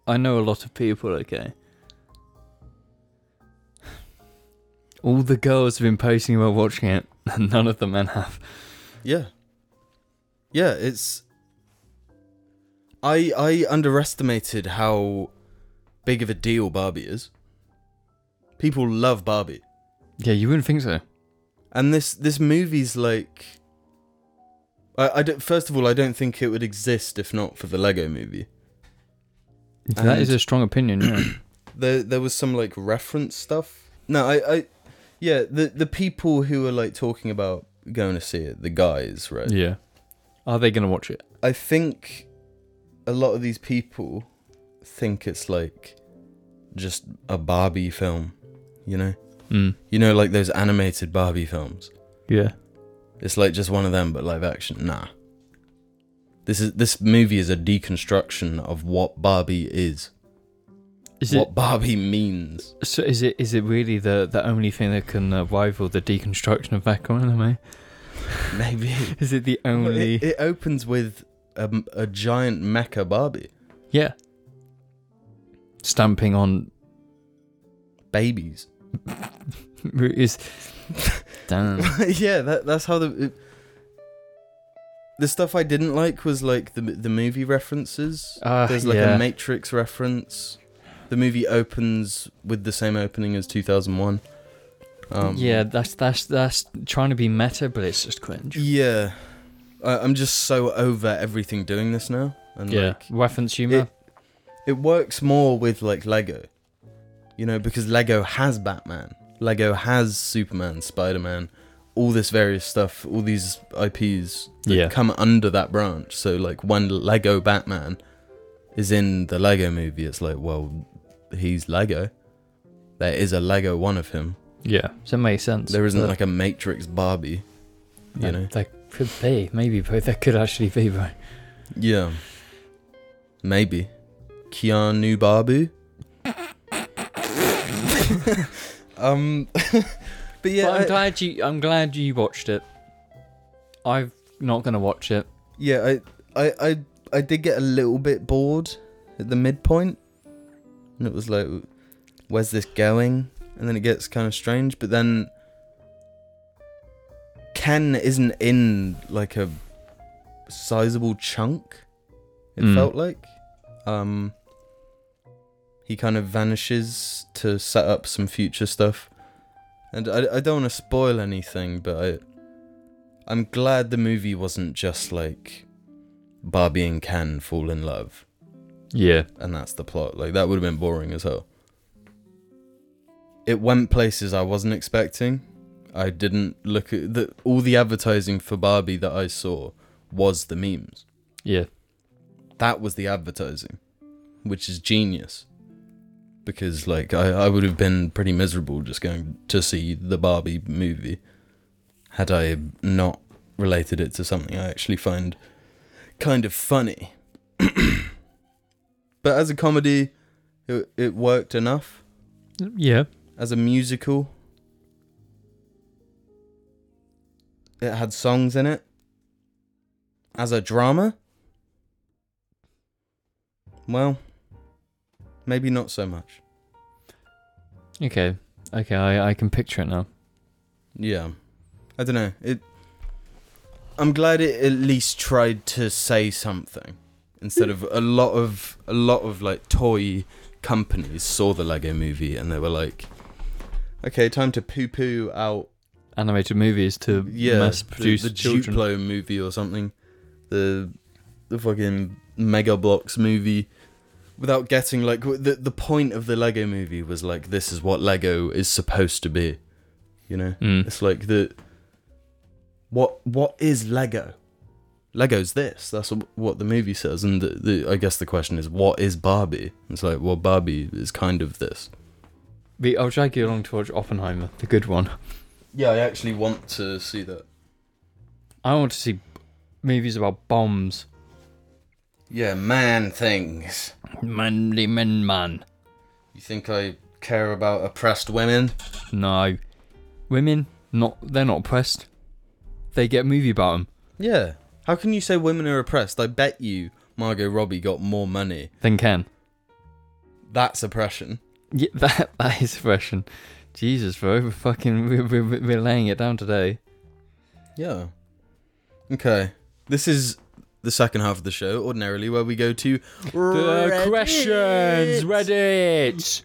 I know a lot of people. Okay. All the girls have been posting about watching it, and none of the men have. Yeah. Yeah, it's I I underestimated how big of a deal Barbie is. People love Barbie. Yeah, you wouldn't think so. And this this movie's like I, I don't, first of all, I don't think it would exist if not for the Lego movie. that is And- a strong opinion. Yeah. There there was some like reference stuff. No, I, I yeah, the the people who are like talking about going to see it, the guys, right? yeah. Are they gonna watch it? I think a lot of these people think it's like just a Barbie film, you know? Mm. You know, like those animated Barbie films. Yeah. It's like just one of them, but live action. Nah. This is this movie is a deconstruction of what Barbie is, Is it what Barbie means. so? Is it is it really the the only thing that can uh, rival the deconstruction of that anime? Maybe Is it the Well, only? It, it opens with um, a giant mecha Barbie yeah. Stamping on babies. is. Damn. yeah, that that's how the it- the stuff I didn't like was like the the movie references. Ah, There's like yeah. a Matrix reference. The movie opens with the same opening as 2001. Um, yeah, that's that's that's trying to be meta, but it's just cringe. Yeah. I, I'm just so over everything doing this now. And Yeah, like reference humor. it works more with like Lego. You know, because Lego has Batman. Lego has Superman, Spider-Man, all this various stuff, all these IPs that Yeah. come under that branch. So like when Lego Batman is in the Lego movie, it's like, well, he's Lego. There is a Lego one of him. yeah, so it makes sense. There isn't but- like a Matrix Barbie. You That- know. That could be, maybe, but that could actually be, bro. Yeah. Maybe. Keanu Babu? um But yeah, but I'm I- glad you. I'm glad you watched it. I'm not gonna watch it. yeah, I, I I I did get a little bit bored at the midpoint. And it was like where's this going? And then it gets kind of strange, but then Ken isn't in like a sizable chunk. It Mm. felt like um he kind of vanishes to set up some future stuff. And I, I don't want to spoil anything, but I I'm glad the movie wasn't just like Barbie and Ken fall in love Yeah. and that's the plot. Like that would have been boring as hell. It went places I wasn't expecting. I didn't look at the all the advertising for Barbie that I saw was the memes. Yeah. That was the advertising, which is genius. Because like I, I would have been pretty miserable just going to see the Barbie movie had I not related it to something I actually find kind of funny. but as a comedy, it, it worked enough. Yeah. As a musical, it had songs in it. As a drama, well, maybe not so much. Okay. Okay. I, I can picture it now. Yeah. I don't know. It I'm glad it at least tried to say something instead of a lot of a lot of like toy companies saw the Lego movie and they were like okay, time to poo poo out Animated movies to yeah, mass produce the, the children. Duplo movie or something. The the fucking Mega Blocks movie without getting like w- the the point of the Lego movie was like this is what Lego is supposed to be. You know? Mm. It's like the what what is Lego? Lego's this. That's wh- what the movie says, and the, the I guess the question is what is Barbie? It's like well, Barbie is kind of this. We- I'll drag you along to watch Oppenheimer, the good one. Yeah, I actually want to see that. I want to see movies about bombs. Yeah, man things. Manly men, man. You think I care about oppressed women? No, women not. They're not oppressed. They get a movie about them. Yeah. How can you say women are oppressed? I bet you Margot Robbie got more money. Then can. That's oppression. Yeah, that that is oppression. Jesus, bro, we're fucking we're, we're, we're laying it down today. Yeah. Okay. This is the second half of the show, ordinarily, where we go to Reddit. Reddit.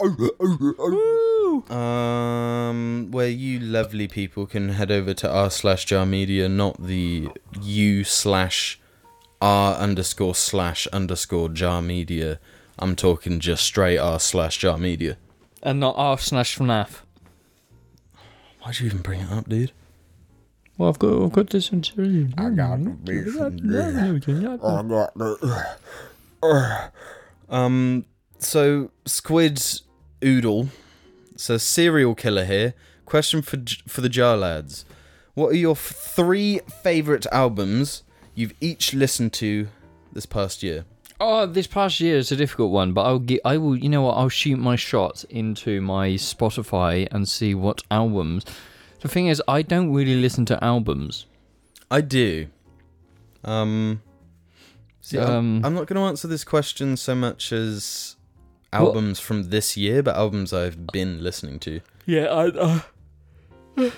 Um, where you lovely people can head over to r slash jar media, not the u slash r underscore slash underscore jar media. I'm talking just straight r slash jar media. And not R slash FNAF. Why'd you even bring it up, dude? Well, I've got I've got this one too. Mm. I got Um, so Squid Oodle says serial killer here. Question for j- for the jar lads: What are your f- three favorite albums you've each listened to this past year? Oh, this past year is a difficult one, but I'll get, I will, you know what, I'll shoot my shot into my Spotify and see what albums. The thing is, I don't really listen to albums. I do. Um, see, I'm- Um, I'm, not going to answer this question so much as Well- albums from this year, but albums I've been listening to. Yeah, I. uh,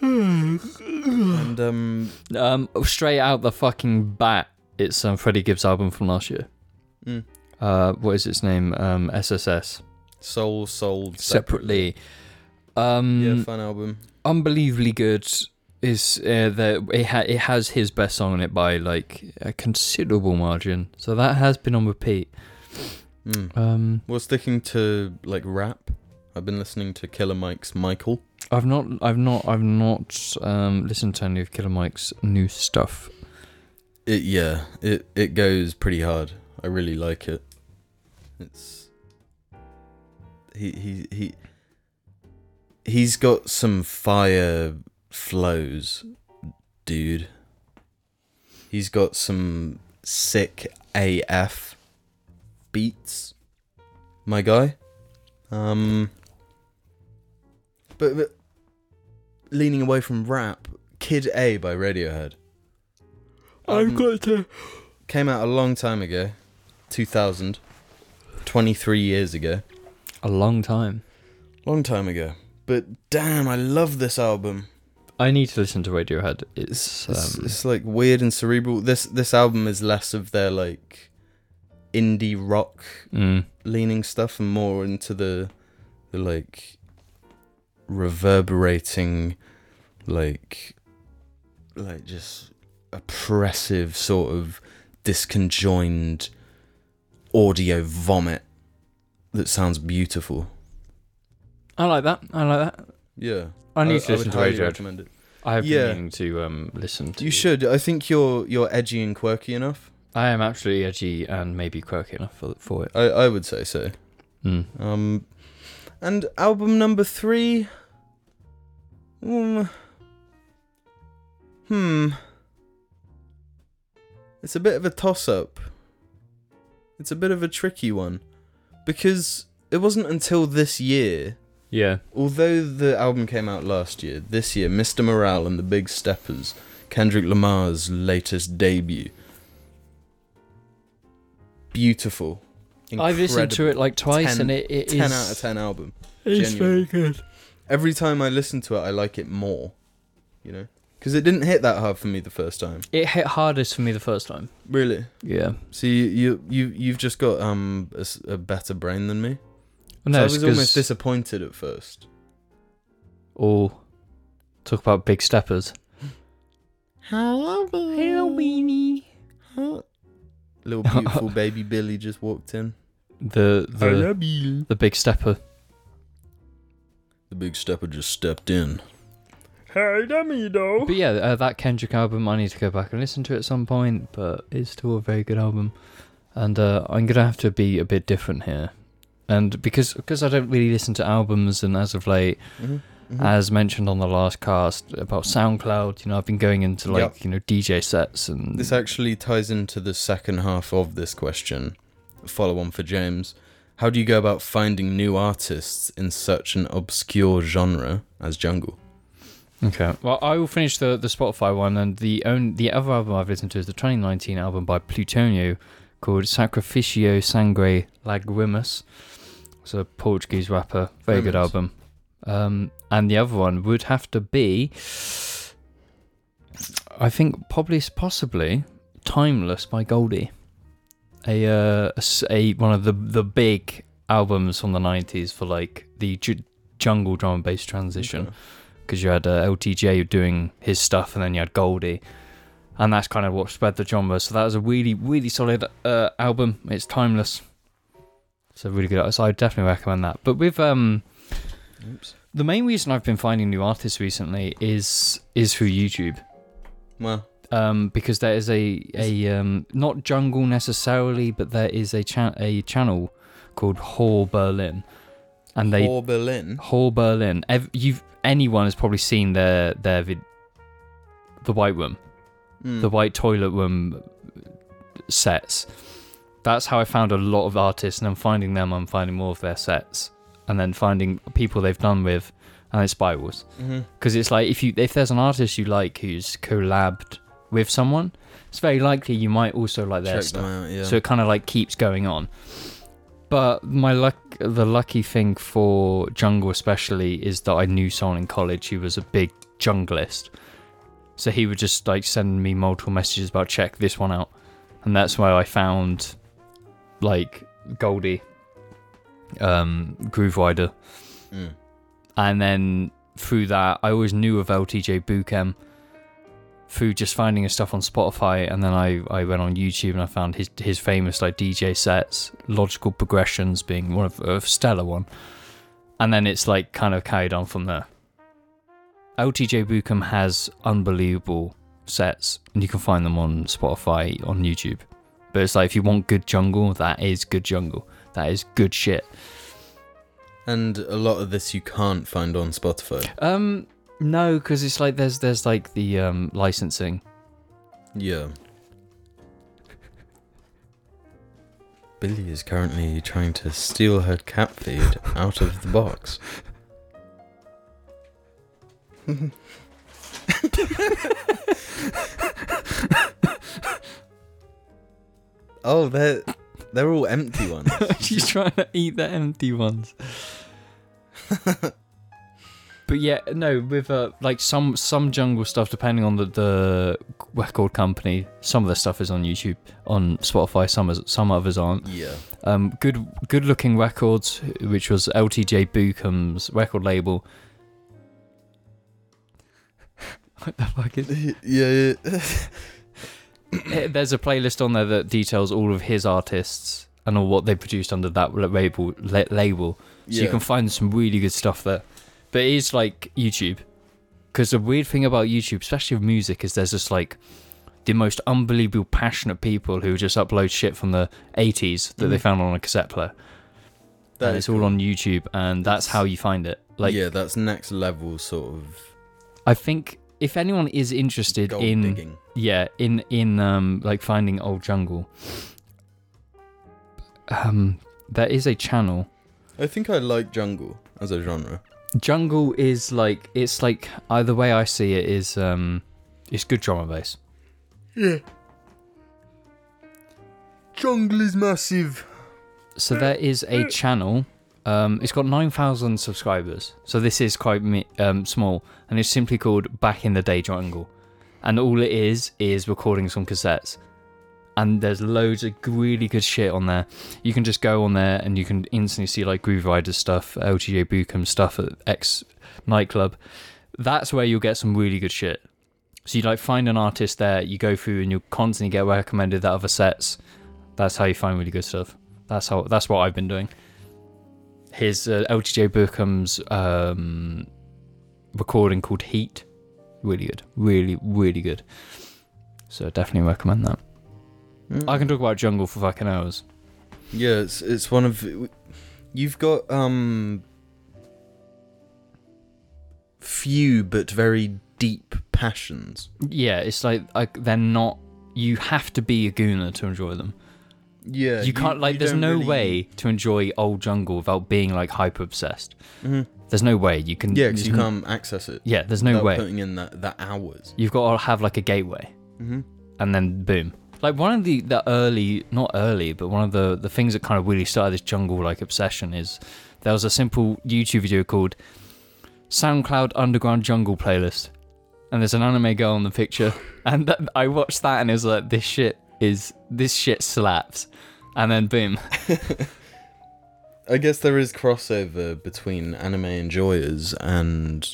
And um, Um, straight out the fucking bat, it's um, Freddie Gibbs' album from last year. mm, Uh, what is its name? Um, SSS. Soul Sold Separately. Um, Yeah, fun album. unbelievably good. Is uh, the it, ha- it has his best song on it by like a considerable margin. So that has been on repeat. Mm. Um, Well, sticking to like rap, I've been listening to Killer Mike's Michael. I've not, I've not, I've not um, listened to any of Killer Mike's new stuff. It yeah, it it goes pretty hard. I really like it. It's he he he he's got some fire flows, dude. He's got some sick AF beats. My guy. Um but, but leaning away from rap, Kid A by Radiohead. Um, got to. came out a long time ago 2000 23 years ago A long time. long time ago but damn i love this album I need to listen to Radiohead. It's, um, it's, it's like weird and cerebral this this album is less of their like indie rock mm, leaning stuff and more into the the like reverberating like like just oppressive sort of disconjoined audio vomit that sounds beautiful I like that. I like that. yeah I need would to listen to highly Radiohead. recommend it. I have Yeah. been meaning to um, listen to. you should i think you're you're edgy and quirky enough I am absolutely edgy and maybe quirky enough for, for it. i i would say so Mm. Um, and album number three. Mm, hmm. It's a bit of a toss up. It's a bit of a tricky one. Because it wasn't until this year, Yeah. although the album came out last year, this year, Mr. Morale and the Big Steppers, Kendrick Lamar's latest debut. Beautiful. I've listened to it like twice, 10 and it, it 10 is- out of 10 album. It's genuinely. very good. Every time I listen to it, I like it more, you know? Because it didn't hit that hard for me the first time. It hit hardest for me the first time. Really? Yeah. So you, you, you you've just got um a, s- a better brain than me. No, so I it's was 'cause- almost disappointed at first. Oh, talk about big steppers. Hello, Beanie. Little beautiful baby Billy just walked in. The the the big stepper. The big stepper just stepped in. But yeah, uh, that Kendrick album, I need to go back and listen to at some point, but it's still a very good album. And uh, I'm going to have to be a bit different here. And because because I don't really listen to albums, and as of late, Mhm, mhm. as mentioned on the last cast about SoundCloud, you know, I've been going into like Yep. you know DJ sets and This actually ties into the second half of this question. Follow on for James. How do you go about finding new artists in such an obscure genre as jungle? Okay. Well, I will finish the, the Spotify one, and the own the other album I've listened to is the 2019 album by Plutonio called Sacrificio Sangre Lagrimas. It's a Portuguese rapper. Very good Lagrimas. album. Um, and the other one would have to be, I think, probably possibly Timeless by Goldie. A, uh, a s- a- one of the the big albums from the 90s for like the ju- jungle drum and bass transition because you had uh, LTJ doing his stuff, and then you had Goldie, and that's kind of what spread the genre. So that was a really, really solid uh, album. It's timeless. It's a really good. So I definitely recommend that. But with um, Oops. the main reason I've been finding new artists recently is is through YouTube Well, um, because there is a a um, not jungle necessarily, but there is a cha- a channel called Hall Berlin, and they or Berlin. Hall Berlin. Ev- you've anyone has probably seen their their vid- the white room, Mm. the white toilet room sets. That's how I found a lot of artists, and I'm finding them. I'm finding more of their sets, and then finding people they've done with, and it spirals Mhm. because it's like if you if there's an artist you like who's collabed with someone, it's very likely you might also like their Check stuff. them out. Yeah. So it kind of like keeps going on. But my luck, the lucky thing for jungle especially is that I knew someone in college who was a big junglist, so he would just like send me multiple messages about check this one out, and that's where I found like Goldie, um, Groove Rider, Mm. and then through that I always knew of LTJ Buchem through just finding his stuff on Spotify and then I, I went on YouTube and I found his his famous like DJ sets logical progressions being one of a stellar one and then it's like kind of carried on from there LTJ Buchem has unbelievable sets and you can find them on Spotify on YouTube but it's like if you want good jungle that is good jungle that is good shit And a lot of this you can't find on Spotify. Um, no, because it's like there's there's like the um licensing. Yeah. Billy is currently trying to steal her cat food out of the box. oh, they're they're all empty ones. She's trying to eat the empty ones. But yeah, no, with uh, like some some jungle stuff, depending on the, the record company, some of the stuff is on YouTube, on Spotify. Some is, some others aren't. yeah. Um, good good looking records, which was LTJ Bucham's record label. What the fuck is yeah, yeah. Eh, There's a playlist on there that details all of his artists and all what they produced under that la- label. La- label, so you can find some really good stuff there. But it is like YouTube, because the weird thing about YouTube, especially with music, is there's just like the most unbelievable passionate people who just upload shit from the 80s that they Mhm. found on a cassette player. and it's all on YouTube, and that's That's- how you find it. Like, yeah, that's next level sort of I think if anyone is interested gold in digging. yeah in in um like finding old jungle um there is a channel I think I like jungle as a genre. jungle is like it's like uh, the way i see it is um it's good drama base Jungle is massive. so there is a channel um it's got 9000 subscribers so this is quite mi- um small and it's simply called back in the day jungle and all it is is recordings on cassettes and there's loads of g- really good shit on there you can just go on there and you can instantly see like groove rider stuff lga bucum stuff at x nightclub that's where you'll get some really good shit so you like find an artist there you go through and you'll constantly get recommended that other sets that's how you find really good stuff that's how. That's what I've been doing. His uh, LTJ Bookham's um, recording called Heat, really good, really really good. So definitely recommend that. Mm. I can talk about jungle for fucking hours. Yeah, it's it's one of you've got um few but very deep passions. Yeah, it's like like they're not. You have to be a gooner to enjoy them. Yeah, you can't like. there's don't no really- way to enjoy old jungle without being like hyper obsessed. Mhm. There's no way you can. Yeah, because there's you n- can't access it. Yeah, there's Mm-hmm. without no way. putting in that that hours. You've got to have like a gateway. Mm-hmm. and then boom. Like one of the, the early, not early, but one of the, the things that kind of really started this jungle like obsession is there was a simple YouTube video called SoundCloud Underground Jungle Playlist. And there's an anime girl in the picture. And that, I watched that and it was like, this shit is, this shit slaps. And then boom. I guess there is crossover between anime enjoyers and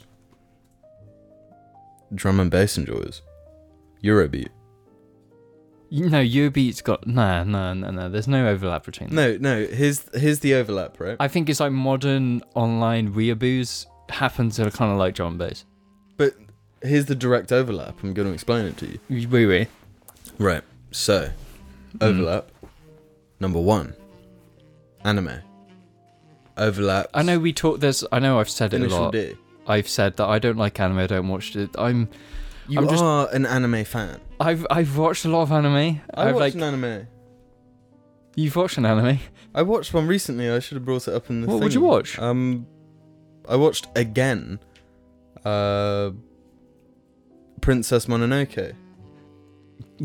drum and bass enjoyers. Eurobeat. You know, Yubi's got, no, no, no, no. There's no overlap between them. No, no. Here's here's the overlap, right? I think it's like modern online weeaboos happen to kind of like drum and bass. But here's the direct overlap. I'm going to explain it to you. Wee wee. Right. So, overlap. Number one, anime. Overlap. I know we talk. There's. I know I've said it a Initial lot. D. I've said that I don't like anime. I don't watch it. I'm. You I'm just- are an anime fan. I've I've watched a lot of anime. I have watched like an anime. you've watched an anime. I watched one recently. I should have brought it up in the. What would you thingy. watch? Um, I watched again. Uh, Princess Mononoke,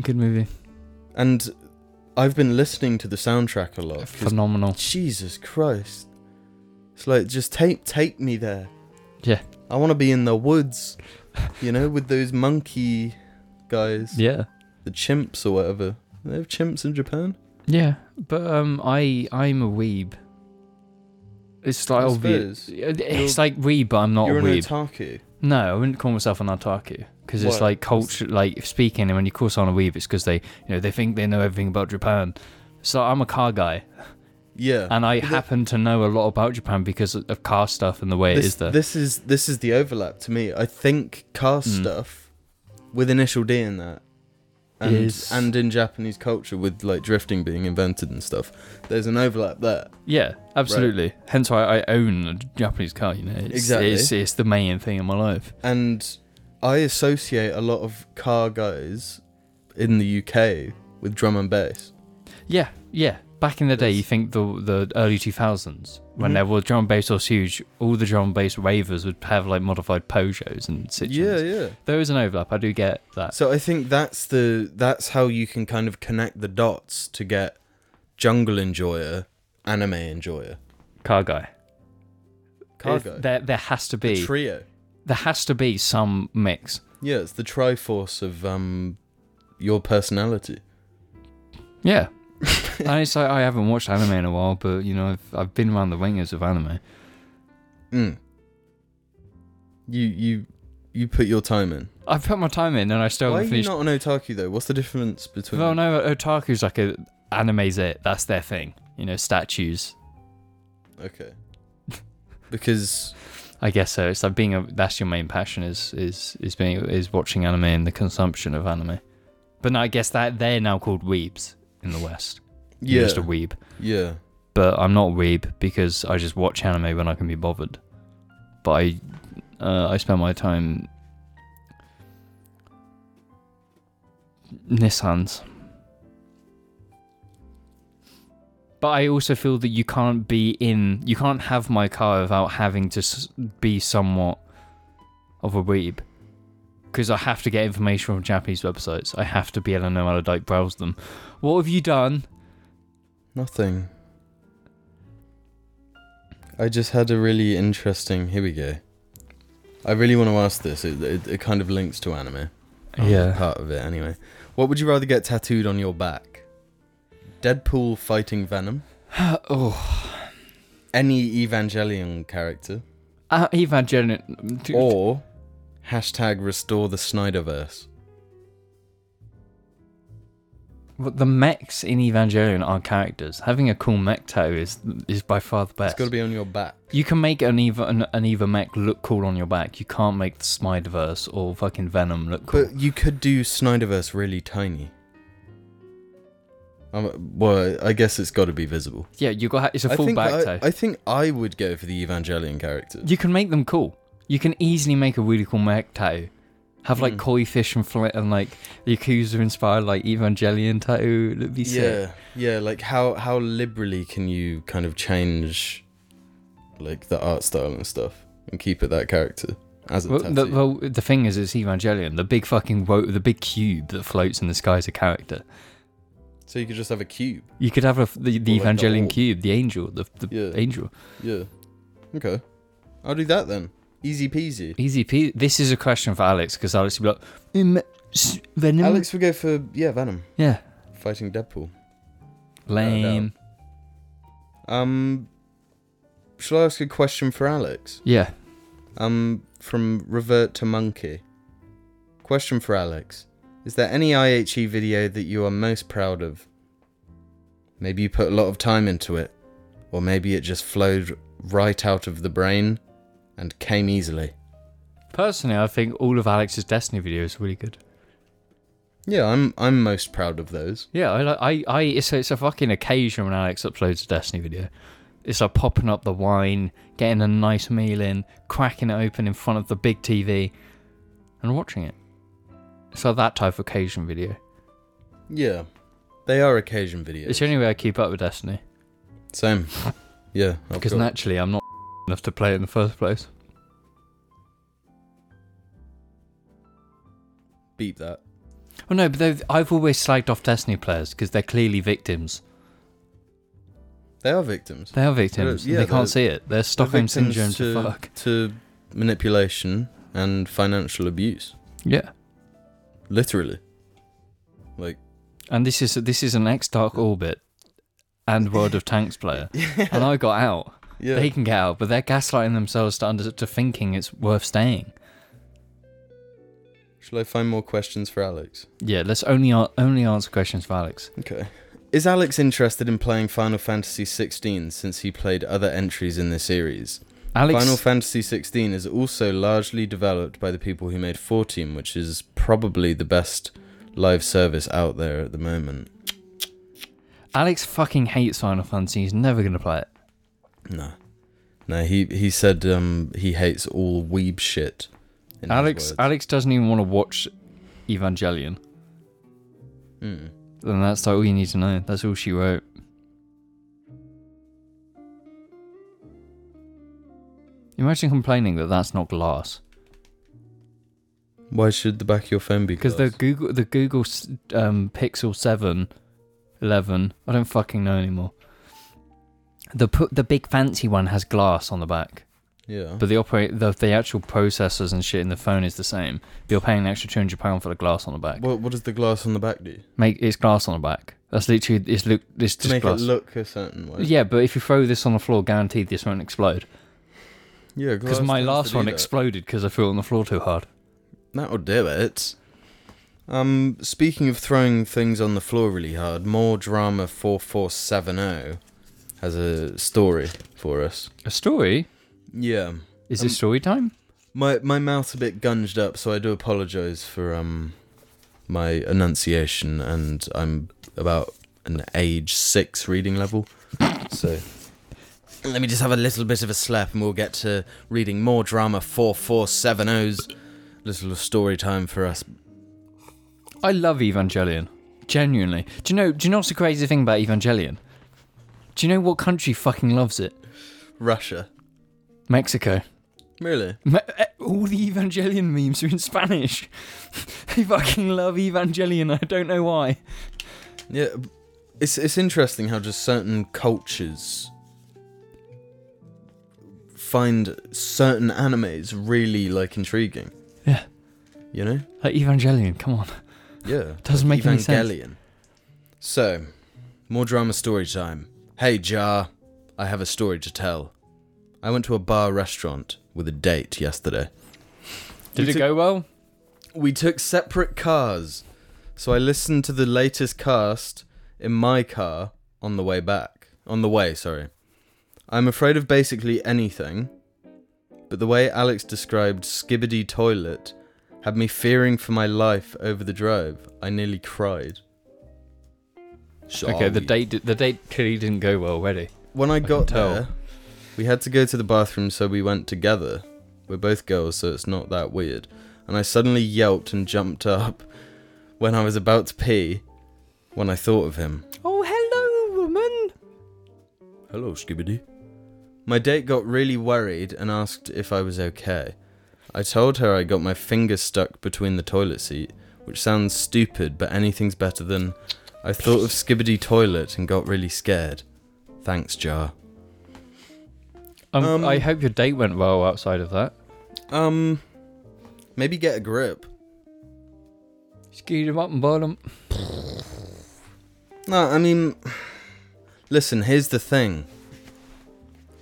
Good movie. and I've been listening to the soundtrack a lot. 'cause Phenomenal. Jesus Christ! It's like just take take me there. Yeah. I want to be in the woods, you know, with those monkey guys, Yeah. the chimps or whatever. They have chimps in Japan. Yeah. But um I I'm a weeb. It's like I obvious. suppose. It's You're- like weeb, but I'm not You're an a weeb. otaku. No, I wouldn't call myself an otaku because it's What? like culture, like speaking. And when you call someone a weeb, it's because they, you know, they think they know everything about Japan. So I'm a car guy, Yeah. and I But the- happen to know a lot about Japan because of car stuff and the way this, it is there. This is this is the overlap to me. I think car Mm. stuff with initial D in that. And, Is- and in Japanese culture, with like drifting being invented and stuff, there's an overlap there. yeah, absolutely. Hence why I own a Japanese car. You know, it's, Exactly. It's, it's the main thing in my life. And I associate a lot of car guys in the UK with drum and bass. Yeah, yeah. Back in the day, Yes. you think the the early 2000s when Mhm. there were drum and bass was huge, all the drum and bass ravers would have like modified Peugeots and Citroens. Yeah, yeah. There is an overlap. I do get that. So I think that's the that's how you can kind of connect the dots to get jungle enjoyer, anime enjoyer, car guy. car If guy, There, there has to be. trio. there has to be some mix. Yeah, it's the triforce of um your personality. Yeah. and it's like I haven't watched anime in a while, but you know I've I've been around the wingers of anime. Mm. You you you put your time in. I've put my time in, and I still Why are haven't you finished. not an otaku though? What's the difference between? well, no, otaku's like a anime's it. That's their thing. You know, statues. Okay. Because I guess so. It's like being a that's your main passion is is is being is watching anime and the consumption of anime. But no, I guess that they're now called weebs in the West. You're yeah just a weeb. yeah but I'm not a weeb because I just watch anime when I can be bothered. But I, uh, I spend my time Nissans. But I also feel that you can't be in, you can't have my car without having to s- be somewhat of a weeb. Because I have to get information from Japanese websites. I have to be able to know how to like browse them. What have you done? nothing. I just had a really interesting. Here we go. I really want to ask this. It, it, it kind of links to anime. Oh, Part of it anyway. What would you rather get tattooed on your back? Deadpool fighting Venom. oh. any Evangelion character, Uh, Evangelion. d- or hashtag restore the Snyderverse. But the mechs in Evangelion are characters. Having a cool mech tattoo is is by far the It's best. got to be on your back. you can make an Eva an, an Eva mech look cool on your back. You can't make the Smiderverse or fucking Venom look cool. But you could do Snyderverse really tiny. Um, well, I guess it's got to be visible. yeah, you got it's a I full think back I, tattoo. I think I would go for the Evangelion character. you can make them cool. You can easily make a really cool mech tattoo. Have like Mm. koi fish and fl- and like Yakuza inspired like Evangelion tattoo. It'd be sick. yeah, yeah. Like how how liberally can you kind of change, like the art style and stuff, and keep it that character as a Well tattoo? the, well, the thing is, it's Evangelion. The big fucking wo- the big cube that floats in the sky is a character. so you could just have a cube. You could have a, Or the, the like the Evangelion orb. cube, the angel, the, the Yeah. angel. Yeah. Okay. I'll do that then. Easy peasy. Easy P. This is a question for Alex because Alex would be like, um, s- Venom. Alex would go for yeah Venom Yeah. fighting Deadpool. Lame. Um, shall I ask a question for Alex? Yeah. Um, from Revert to Monkey. Question for Alex: Is there any IHE video that you are most proud of? Maybe you put a lot of time into it, or maybe it just flowed right out of the brain and came easily. Personally, I think all of Alex's Destiny videos are really good. Yeah, I'm I'm most proud of those. Yeah, I, li- I, I, it's, a- it's a fucking occasion when Alex uploads a Destiny video. It's like popping up the wine, getting a nice meal in, cracking it open in front of the big TV, and watching it. It's like that type of occasion video. Yeah. They are occasion videos. It's the only way I keep up with Destiny. Same. Yeah. I've Because got- naturally, I'm not enough to play it in the first place. beep that. Well, no, but they've- I've always slagged off Destiny players because they're clearly victims. They are victims. They are victims. yeah, they they're- can't see it. They're Stockholm victims syndrome to, to- fuck. To manipulation and financial abuse. Yeah. Literally. Like And this is this is an ex Dark Orbit and World of Tanks player, and I got out. yeah. They can get out, but they're gaslighting themselves to under to thinking it's worth staying. Shall I find more questions for Alex? Yeah, let's only a- only answer questions for Alex. Okay. Is Alex interested in playing Final Fantasy 16 since he played other entries in the series? Alex, Final Fantasy 16 is also largely developed by the people who made 14, which is probably the best live service out there at the moment. Alex fucking hates Final Fantasy. He's never gonna play it. No. No, he he said um, he hates all weeb shit. in his Alex words. Alex doesn't even want to watch Evangelion. Mm. Then that's like all you need to know. That's all she wrote. Imagine complaining that that's not glass Why should the back of your phone be because the glass? Google the Google s- um, Pixel 7, 11, I don't fucking know anymore. The pu- the big fancy one has glass on the back, Yeah. but the operate the, the actual processors and shit in the phone is the same. But you're paying an extra two hundred pound for the glass on the back. What, what does the glass on the back do? Make it's glass on the back. That's literally it's look it's To just make glass. it look a certain way. Yeah, but if you throw this on the floor, guaranteed this won't explode. Yeah, Because glass my tends to last do one that. exploded because I threw it on the floor too hard. That'll do it. Um, speaking of throwing things on the floor really hard, more drama four four seven zero has a story for us. A story? Yeah, Is Um, it story time? my my mouth's a bit gunged up, so I do apologise for um my enunciation, and I'm about an age six reading level, so. Let me just have a little bit of a slap and we'll get to reading more drama 4470's little story time for us. I love Evangelion. Genuinely. Do you know? Do you know what's the crazy thing about Evangelion? Do you know what country fucking loves it? Russia. Mexico. Really? Me- eh, all the Evangelion memes are in Spanish. they fucking love Evangelion. I don't know why. Yeah, it's it's interesting how just certain cultures find certain animes really like intriguing. Yeah. You know? Like Evangelion. Come on. Yeah. Doesn't make any sense. Evangelion. So, more drama story time. Hey Jar, I have a story to tell. I went to a bar restaurant with a date yesterday. Did You it took- go well? we took separate cars. So I listened to the latest cast in my car on the way back. On the way, sorry. I'm afraid of basically anything, but the way Alex described Skibbity Toilet had me fearing for my life over the drive. I nearly cried. okay. The Sorry. date. The date clearly didn't go well already. When I can got tell. there, we had to go to the bathroom, so we went together. We're both girls, so it's not that weird. And I suddenly yelped and jumped up when I was about to pee when I thought of him. Oh, hello, woman. Hello, Skibbity. My date got really worried and asked if I was okay. I told her I got my finger stuck between the toilet seat, which sounds stupid, but anything's better than I thought of Skibbity Toilet and got really scared. Thanks, Jar. Um, Um, I hope your date went well outside of that. Um, maybe get a grip. Skeet him up and bottom. No, I mean, listen, here's the thing.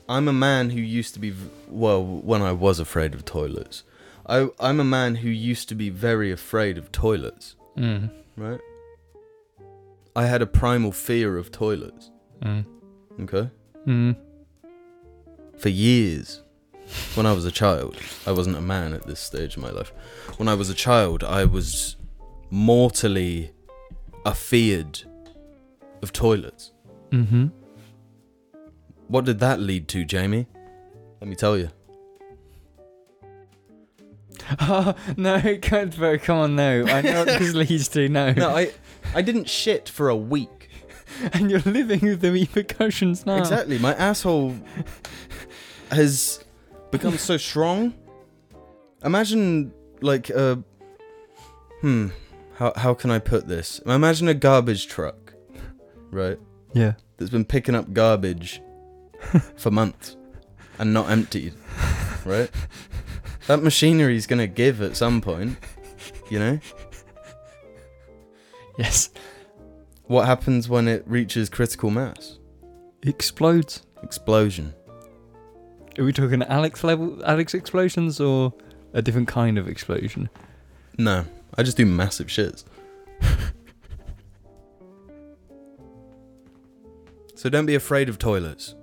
I'm a man who used to be, v- well, when I was afraid of toilets. I, I'm a man who used to be very afraid of toilets, Mm. right? I had a primal fear of toilets, Mm. okay? Mm. For years. When I was a child, I wasn't a man at this stage in my life. When I was a child, I was mortally afeared of toilets. Mm-hmm. What did that lead to, Jamie? Let me tell you. Oh, no, Cuthbert, come on, no. I know what this leads to, no. No, I, I didn't shit for a week. And you're living with the repercussions now. Exactly. My asshole has become so strong. Imagine like a hmm. How how can I put this? Imagine a garbage truck, right? Yeah. That's been picking up garbage for months and not emptied, right? That machinery's gonna give at some point, you know. Yes. What happens when it reaches critical mass? Explodes. Explosion. Are we talking Alex level Alex explosions or a different kind of explosion? No, I just do massive shits. so don't be afraid of toilets.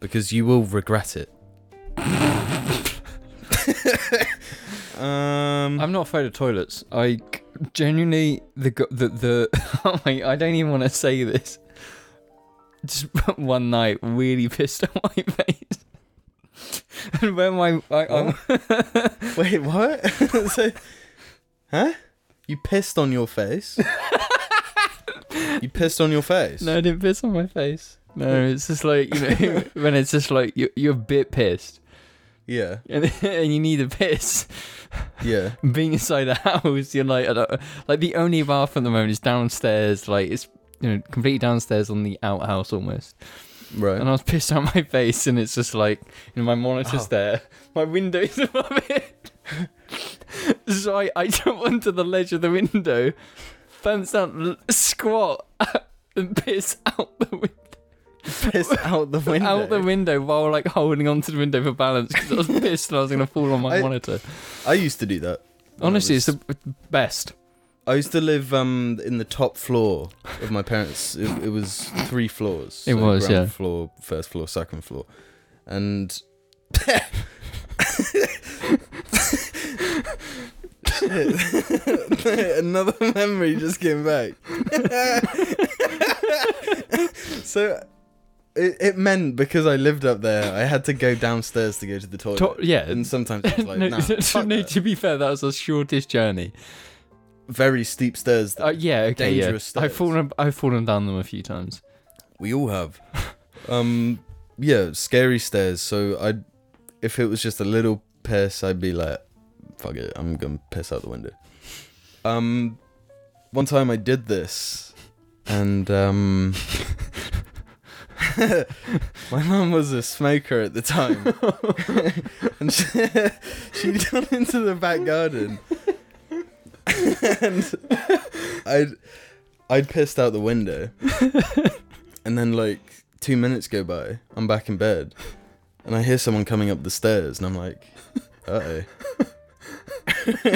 Because you will regret it. um, I'm not afraid of toilets. I genuinely the go- the the oh my, I don't even want to say this. Just one night, really pissed at my face, and when my I, I'm, wait, what? so, huh? You pissed on your face? you pissed on your face? no, I didn't piss on my face. No, it's just like you know when it's just like you're, you're a bit pissed Yeah, and, and you need a piss. yeah. being inside a house, you're like, I don't, like the only bathroom at the moment is downstairs, like it's you know completely downstairs on the outhouse almost. Right. And I was pissed out my face, and it's just like you know my monitor's Oh. there, my window's above it. so I I jump onto the ledge of the window, fence down, squat, and piss out the window Piss out the window. out the window while like holding onto the window for balance because I was pissed and I was gonna fall on my I- monitor. I used to do that. when I Honestly, was- it's the best. I used to live um in the top floor of my parents. It, it was three floors. It was, ground yeah. Floor, first floor, second floor, and another memory just came back. so it, it meant because I lived up there, I had to go downstairs to go to the toilet, To- yeah, and sometimes it was like, no, nah, to- fuck no, that. to be fair, that was the shortest journey. very steep stairs. Uh, yeah, okay, Dangerous yeah. stairs. I've fallen, I've fallen down them a few times. We all have. um, yeah, scary stairs. So I, if it was just a little piss, I'd be like, "Fuck it, I'm gonna piss out the window." Um, one time I did this, and um, my mum was a smoker at the time, and she, she'd gone into the back garden, and I'd I'd pissed out the window. And then like two minutes go by, I'm back in bed, and I hear someone coming up the stairs, and I'm like, uh oh.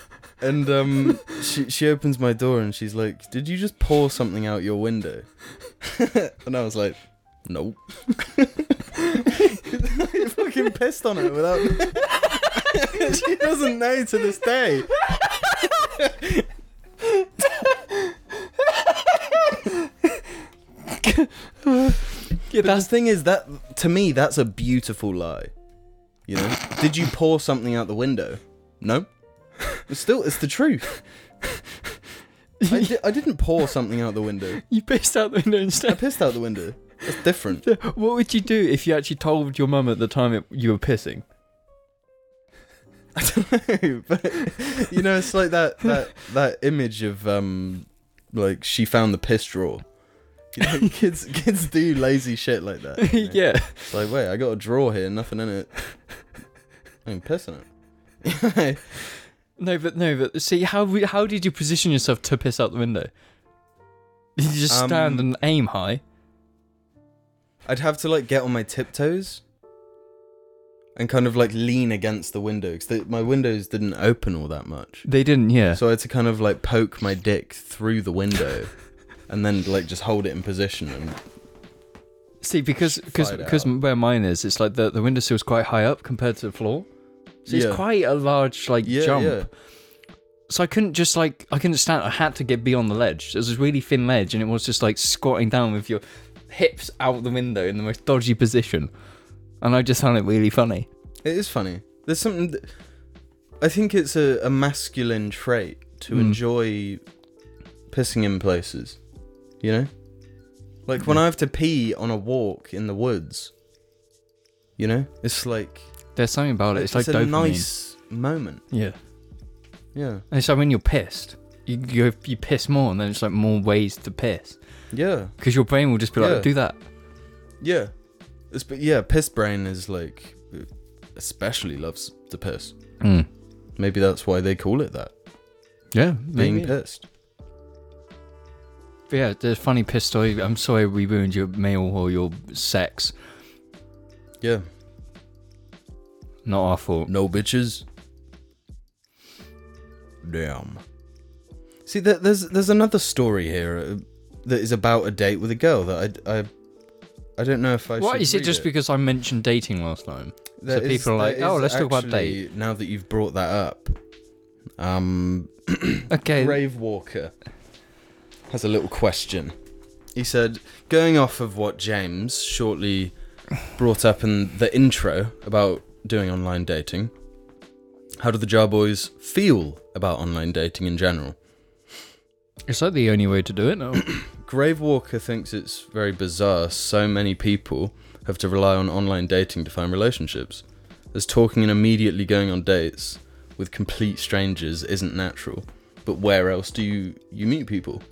and um, she she opens my door and she's like, "Did you just pour something out your window?" and I was like, "Nope." I fucking pissed on it without. she doesn't know to this day. Yeah, But the that's thing is that to me that's a beautiful lie. You know? Did you pour something out the window? No. It's still it's the truth. I, di- I didn't pour something out the window. you pissed out the window I instead. pissed out the window. That's different. What would you do if you actually told your mum at the time it, you were pissing? I don't know, but you know, it's like that that that image of um like she found the piss drawer. You know, kids kids do lazy shit like that. you know? yeah, It's like, wait, I got a drawer here, nothing in it. I'm pissing it. no, but no, but see, how we- how did you position yourself to piss out the window? Did you just stand Um, and aim high? I'd have to like get on my tiptoes and kind of like lean against the window because my windows didn't open all that much. They didn't, yeah. So I had to kind of like poke my dick through the window and then like just hold it in position. And See, because because Fired because out. where mine is, it's like the the windowsill is quite high up compared to the floor, so Yeah. it's quite a large like yeah, jump. yeah. So I couldn't just like I couldn't stand. I had to get beyond the ledge. It was a really thin ledge, and it was just like squatting down with your hips out the window in the most dodgy position. And I just found it really funny. It is funny. There's something. Th- I think it's a, a masculine trait to Mm. enjoy pissing in places. You know? Like when I have to pee on a walk in the woods. You know? It's like There's something about it. It's, like a dopamine. nice moment. Yeah. Yeah. And it's like when you're pissed, you you, you piss more, and then it's like more ways to piss Yeah. because your brain will just be like, Yeah. do that. Yeah. It's but yeah, piss brain is like especially loves to piss. Mm. Maybe that's why they call it that. Yeah, Being maybe. pissed. But yeah, there's a funny piss story. I'm sorry we ruined your meal or your sex. Yeah. Not our fault. No bitches. Damn. See, there, there's there's another story here uh, that is about a date with a girl that I I, I don't know if I. Why should is it read just because I mentioned dating last time? There so people are there like, "Oh, is let's talk about actually- Now that you've brought that up, um, Okay. Grave Walker has a little question. He said, going off of what James shortly brought up in the intro about doing online dating, how do the Jar Boys feel about online dating in general? Is that the only way to do it? No. Grave Walker thinks it's very bizarre so many people have to rely on online dating to find relationships, as talking and immediately going on dates with complete strangers isn't natural. But where else do you, you meet people?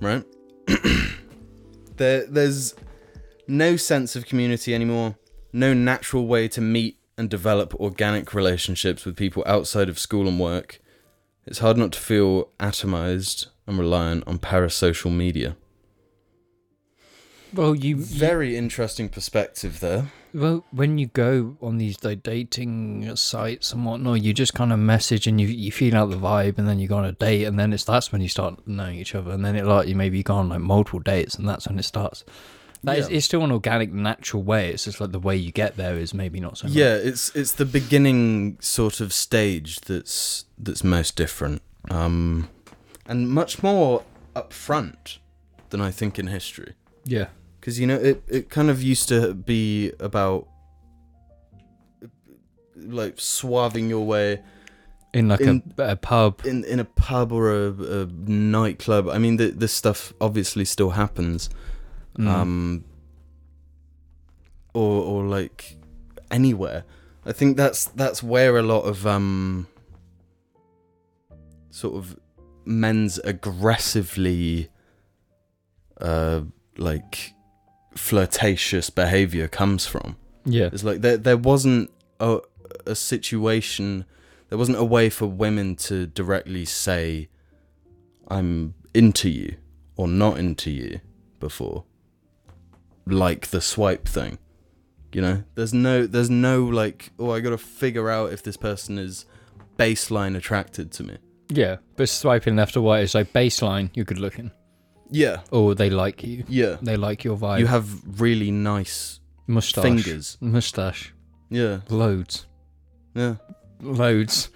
Right? there, there's no sense of community anymore, no natural way to meet and develop organic relationships with people outside of school and work. It's hard not to feel atomized and reliant on parasocial media. well, you, you- Very interesting perspective there. well when you go on these like, dating sites and whatnot, you just kind of message and you you feel out the vibe, and then you go on a date, and then it's that's when you start knowing each other, and then it like you maybe you go on like multiple dates, and that's when it starts. That is, Yeah. it's still an organic, natural way. It's just like the way you get there is maybe not so. much. Yeah, it's it's the beginning sort of stage that's that's most different. Um and much more upfront than I think in history. yeah. Cuz you know it it kind of used to be about like swathing your way In like In- a, a pub. in in a pub or a, a nightclub. I mean, th this stuff obviously still happens. Mm. um, or or like anywhere. I think that's that's where a lot of um, sort of men's aggressively uh, like flirtatious behavior comes from. yeah. It's like there there wasn't a, a situation, there wasn't a way for women to directly say, "I'm into you" or "not into you" before, like the swipe thing. You know, there's no there's no like, oh, I got to figure out if this person is baseline attracted to me. Yeah. But swiping left or right is like baseline. You're good looking. Yeah, Oh, they like you. yeah. They like your vibe. You have really nice mustache. fingers. Mustache. Yeah, Loads. yeah. Loads.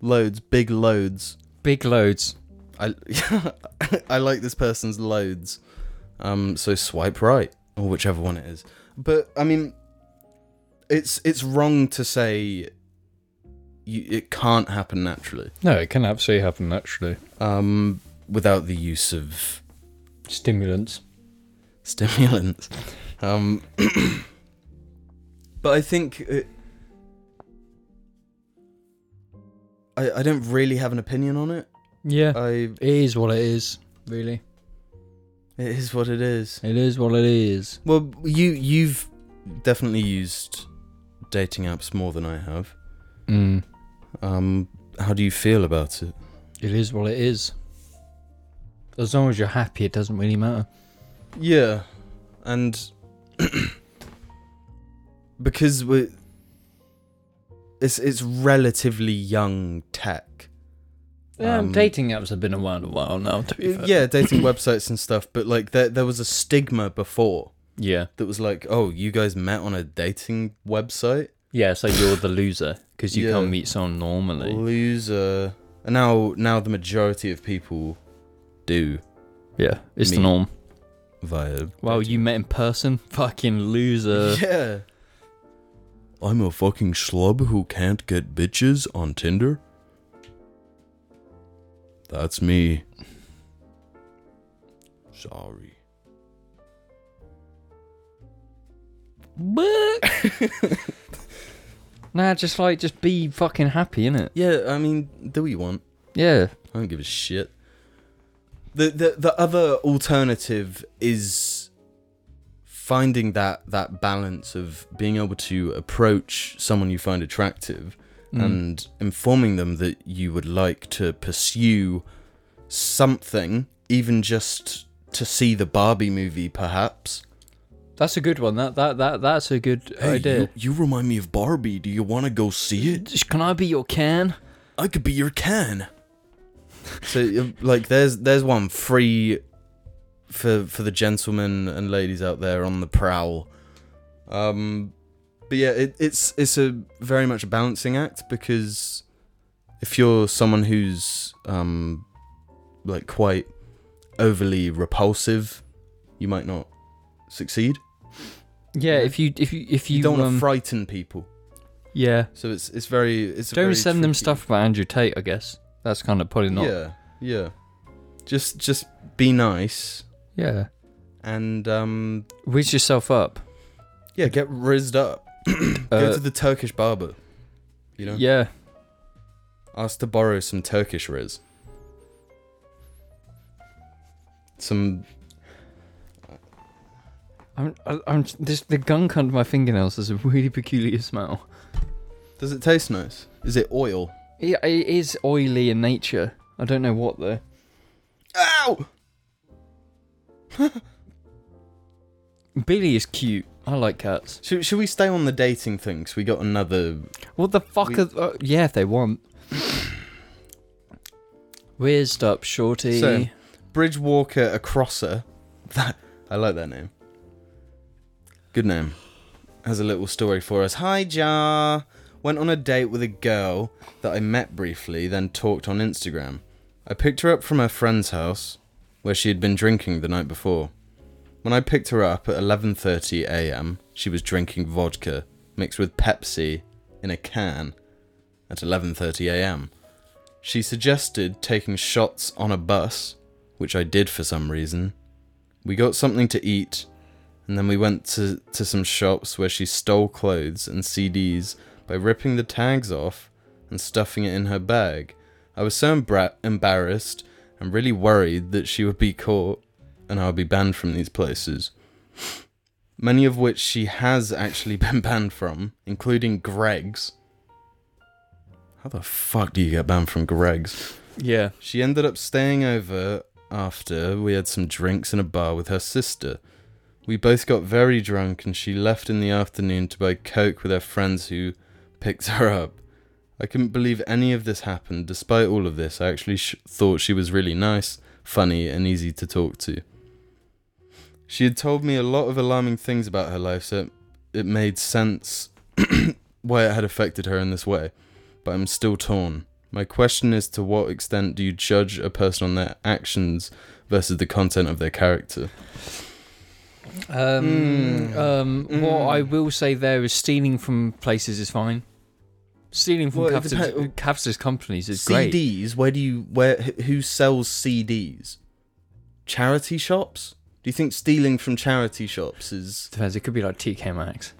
Loads, big loads. Big loads. I I like this person's loads. Um, so swipe right or whichever one it is. But I mean, it's it's wrong to say you, it can't happen naturally No, it can absolutely happen naturally. um, without the use of Stimulants. stimulants. Um, but I think it, I I don't really have an opinion on it. Yeah. I it is what it is, really. it is what it is. It is what it is. Well, you you've definitely used dating apps more than I have. Mm. Um, how do you feel about it? It is what it is. As long as you're happy, it doesn't really matter. Yeah, and because we it's it's relatively young tech. Um, dating apps have been around a while now, to Uh, Yeah, dating websites and stuff, but like there there was a stigma before Yeah. that was like, oh, you guys met on a dating website, Yeah, so you're the loser because you Yeah. can't meet someone normally. loser. And now now the majority of people do Yeah, it's the Me. norm. via Well, dating Äh. you met in person? Fucking loser. yeah. I'm a fucking schlub who can't get bitches on Tinder. That's me. Sorry. nah, just like just be fucking happy, innit? Yeah, I mean, do what you want. Yeah. I don't give a shit. The the the other alternative is finding that that balance of being able to approach someone you find attractive Mm. and informing them that you would like to pursue something, even just to see the Barbie movie, perhaps. that's a good one. That that that that's a good you, idea. you remind me of Barbie. Do you want to go see it? Just, can I be your can? I could be your can. so uh, like there's there's one free for for the gentlemen and ladies out there on the prowl. Um but yeah, it, it's it's a very much a balancing act because if you're someone who's um like quite overly repulsive, you might not succeed. Yeah. If you if you if you, You, don't want um, to frighten people. yeah. So it's it's very it's a Don't very send them tricky- stuff about Andrew Tate. I guess that's kind of probably not. Yeah. Yeah, yeah. Just just be nice yeah. and um Whiz yourself up. yeah, get rizzed up. Go Uh, to the Turkish barber. You know? Yeah. Ask to borrow some Turkish rizz. Some I'm, I- I'm this the gunk under my fingernails is a really peculiar smell. does it taste nice? Is it oil? It, it is oily in nature. I don't know what though. Ow! Billy is cute. I like cats. Should, should we stay on the dating thing? 'Cause we got another. What the fuck We- are? Uh, yeah, if they want. Weird up, shorty. So- Bridge Walker Acrosser. That I like that name. Good name. Has a little story for us. Hi Jar. Went on a date with a girl that I met briefly, then talked on Instagram. I picked her up from her friend's house, where she had been drinking the night before. When I picked her up at 11:30 a.m., she was drinking vodka mixed with Pepsi in a can at 11:30 a.m. She suggested taking shots on a bus, which I did for some reason. We got something to eat, and then we went to, to some shops where she stole clothes and CDs by ripping the tags off and stuffing it in her bag. I was so embra- embarrassed and really worried that she would be caught and I would be banned from these places. Many of which she has actually been banned from, including Greg's. How the fuck do you get banned from Greg's? yeah. She ended up staying over after we had some drinks in a bar with her sister. We both got very drunk and she left in the afternoon to buy Coke with her friends who picked her up. I couldn't believe any of this happened. Despite all of this, I actually sh- thought she was really nice, funny, and easy to talk to. She had told me a lot of alarming things about her life, so it, it made sense why it had affected her in this way, but I'm still torn. My question is to what extent do you judge a person on their actions versus the content of their character? Um, Mm. um, What Mm. I will say there is stealing from places is fine. Stealing from Well, it capitalist, depend- capitalist companies is great. CDs, where do you where wh- who sells CDs? Charity shops? Do you think stealing from charity shops is Depends. It could be like TK Maxx.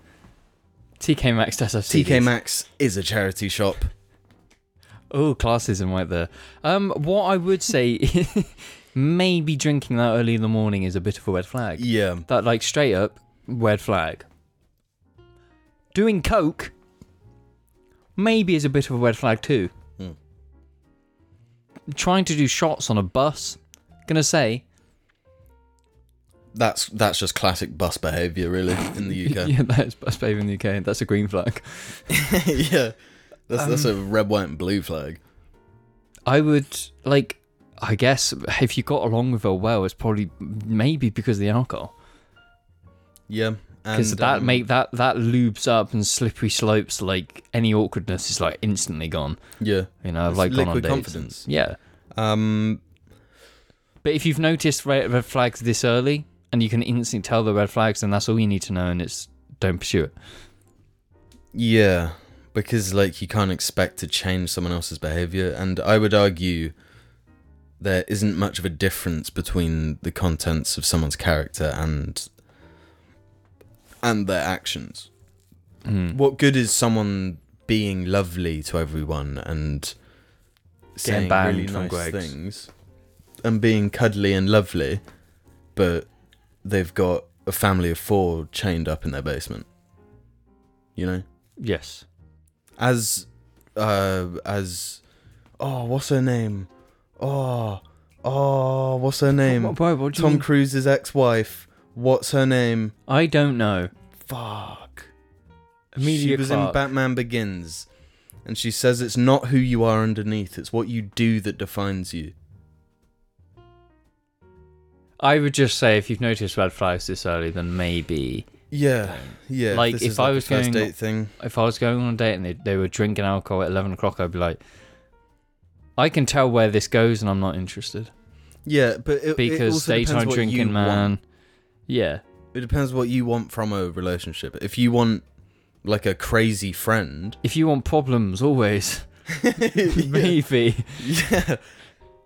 TK Maxx does have TK CDs. Maxx is a charity shop. Oh, classism right there. Um, what I would say, maybe drinking that early in the morning is a bit of a red flag. Yeah. That like straight up red flag. Doing coke, maybe is a bit of a red flag too. Hmm. Trying to do shots on a bus, gonna say That's that's just classic bus behavior really in the UK. yeah, that's bus babe in the UK. That's a green flag. yeah. That's that's a red, white, and blue flag. I would like, I guess if you got along with her well, it's probably maybe because of the alcohol. Yeah. because and, that um, make that that loops up and slippery slopes like any awkwardness is like instantly gone Yeah. you know I've, It's like gone on liquid dates. confidence. yeah Um but if you've noticed red, red flags this early and you can instantly tell the red flags then that's all you need to know and it's don't pursue it Yeah, because like you can't expect to change someone else's behavior, and I would argue there isn't much of a difference between the contents of someone's character and and their actions. Mm. What good is someone being lovely to everyone and saying banned really from nice Greg's. things and being cuddly and lovely, but they've got a family of four chained up in their basement? You know? Yes. as uh as oh what's her name oh oh what's her name Wh- why- what do you tom mean? cruise's ex-wife what's her name I don't know. fuck Amelia she was in Clarke. batman begins and she says it's not who you are underneath it's what you do that defines you I would just say if you've noticed red flags this early, then maybe yeah yeah Like, this if is I a was first going- date thing if I was going on a date and they, they were drinking alcohol at eleven o'clock, I'd be like, I can tell where this goes, and I'm not interested yeah but it, it because also depends daytime what you drinking, want. man. Yeah, it depends what you want from a relationship if you want like a crazy friend if you want problems, always Yeah. maybe. yeah.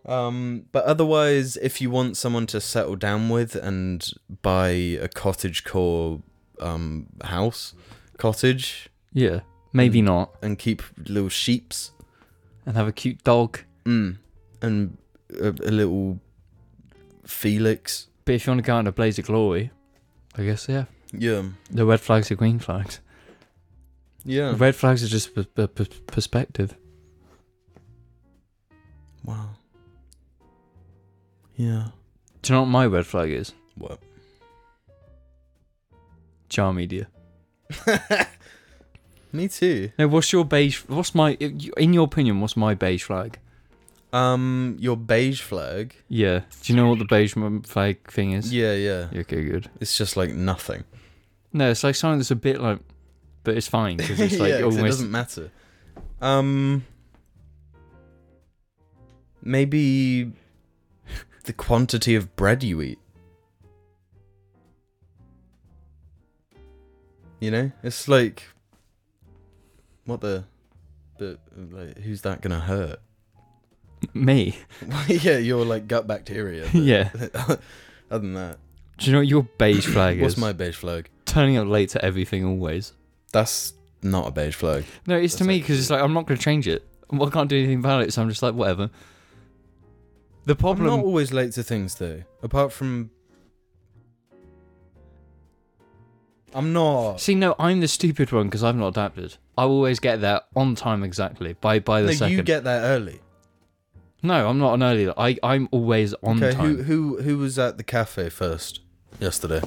Um, but otherwise, if you want someone to settle down with and buy a cottage core um, house, cottage, Yeah, maybe Mm. not. and keep little sheeps, And have a cute dog. mm. and a, a little Felix, But if you want to go out in a blaze of glory, I guess yeah. yeah, The red flags are green flags. yeah, Red flags are just p- p- p- perspective. wow, yeah, Do you know what my red flag is? what? Jar media. Me too. No, what's your beige? What's my? In your opinion, what's my beige flag? Um, your beige flag. Yeah. Do you know what the beige m- flag thing is? Yeah, yeah. Okay, good. It's just like nothing. No, it's like something that's a bit like, but it's fine because it's like Yeah, 'cause it almost. doesn't matter. Um, maybe the quantity of bread you eat. You know, it's like what the, but like who's that gonna hurt? Me. Well, yeah, your like gut bacteria. but Yeah. Other than that, Do you know what your beige flag is? what's my beige flag? turning up late to everything always? That's not a beige flag. No, it's to That's me actually- because it's like I'm not going to change it. Well, I can't do anything about it, so I'm just like whatever. The problem. I'm not always late to things though. Apart from I'm not See, no, I'm the stupid one because I've not adapted. I always get there on time exactly by by the no, second. you get there early. no, I'm not an early. I I'm always on okay, time. who who who was at the cafe first yesterday?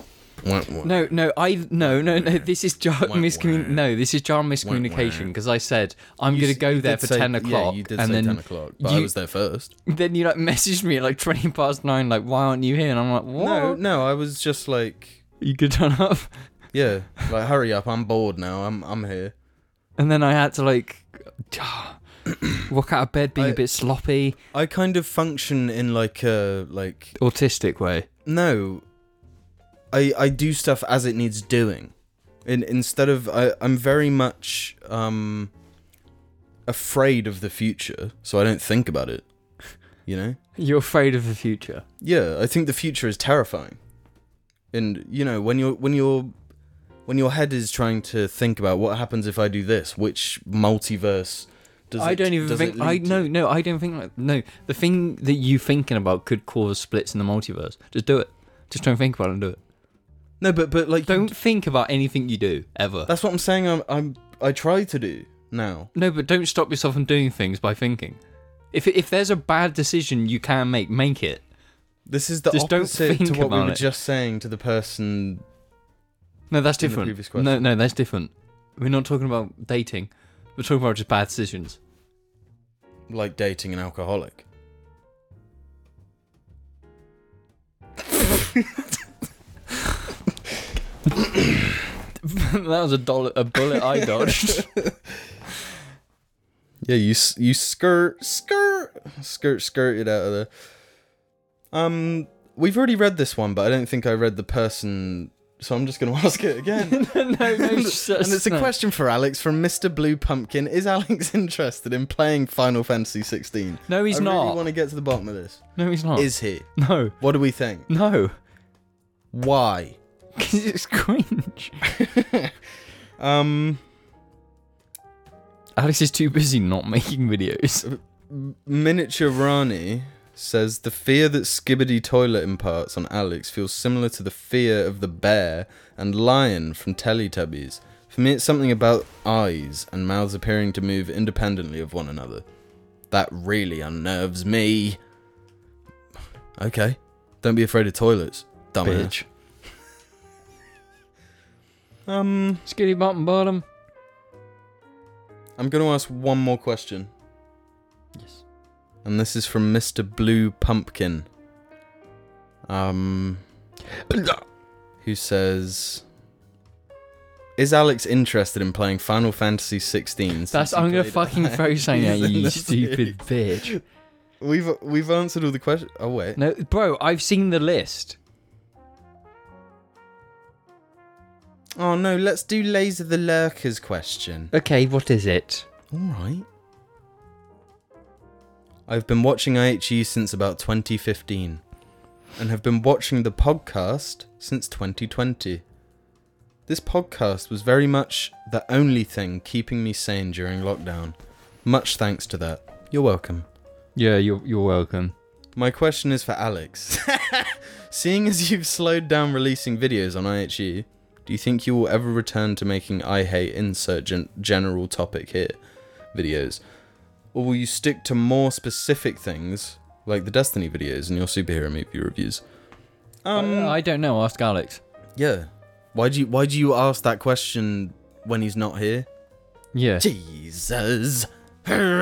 Wah, wah. No, no, I no, no, no. This is jar Wank, miscommunication. wank. No, this is jar Wank, miscommunication wank. because I said I'm You gonna s- go you there did for say- ten Yeah, o'clock, you did and say then ten o'clock, but I you- was there first. then you like messaged me at like twenty past nine, like why aren't you here? And I'm like, what? No, no, I was just like, You could turn up. yeah, like hurry up, I'm bored now. I'm I'm here. And then I had to like walk out of bed being a I- bit sloppy, I kind of function in like a like autistic way. no i i do stuff as it needs doing in, instead of I, i'm very much um afraid of the future so i don't think about it you know You're afraid of the future. yeah i think the future is terrifying and you know when you're when you're when your head is trying to think about what happens if i do this which multiverse does I it- don't even does think. it I lead to? no, no. I don't think like no. The thing that you thinking about could cause splits in the multiverse. Just do it. Just don't think about it and do it. no but but like Don't think about anything you do ever. that's what i'm saying i'm, I'm i try to do now No, but don't stop yourself from doing things by thinking. If if there's a bad decision you can make, make it. This is the Just don't opposite to think what we about were it. just saying to the person. No, that's In the different. previous No, question. no, that's different. We're not talking about dating. We're talking about just bad decisions. Like dating an alcoholic. that was a dollar, a bullet I dodged. Yeah, you s- you skirt skirt skirt skirted out of there. Um, we've already read this one, but I don't think I read the person so I'm just going to ask it again. no, no, such and it's a thing. question for Alex from Mr. Blue Pumpkin. Is Alex interested in playing Final Fantasy 16? No, he's I not. really want to get to the bottom of this. No, he's not. Is he? no, What do we think? no, Why? because it's cringe. Um, Alex is too busy not making videos. Miniature Rani says the fear that Skibbity Toilet imparts on Alex feels similar to the fear of the bear and lion from Teletubbies. For me, it's something about eyes and mouths appearing to move independently of one another. That really unnerves me. Okay, don't be afraid of toilets, dumb Bitch. Um, Skitty bottom bottom. I'm gonna ask one more question, Yes. and this is from Mr. Blue Pumpkin. Um, who says is Alex interested in playing Final Fantasy 16? That's I'm gonna fucking throw something at you, you stupid bitch. We've we've answered all the questions. Oh wait. No, bro, I've seen the list. Oh no, let's do Laser the Lurkers question. Okay, what is it? All right. I've been watching IHE since about 2015 and have been watching the podcast since 2020. This podcast was very much the only thing keeping me sane during lockdown. Much thanks to that. You're welcome. Yeah, you're you're welcome. My question is for Alex. Seeing as you've slowed down releasing videos on IHE, do you think you will ever return to making I hate insurgent general topic here videos? Or will you stick to more specific things like the Destiny videos and your superhero movie reviews? Um Uh, I don't know. Ask Alex. yeah. Why do you why do you ask that question when he's not here? Yeah. Jesus. Get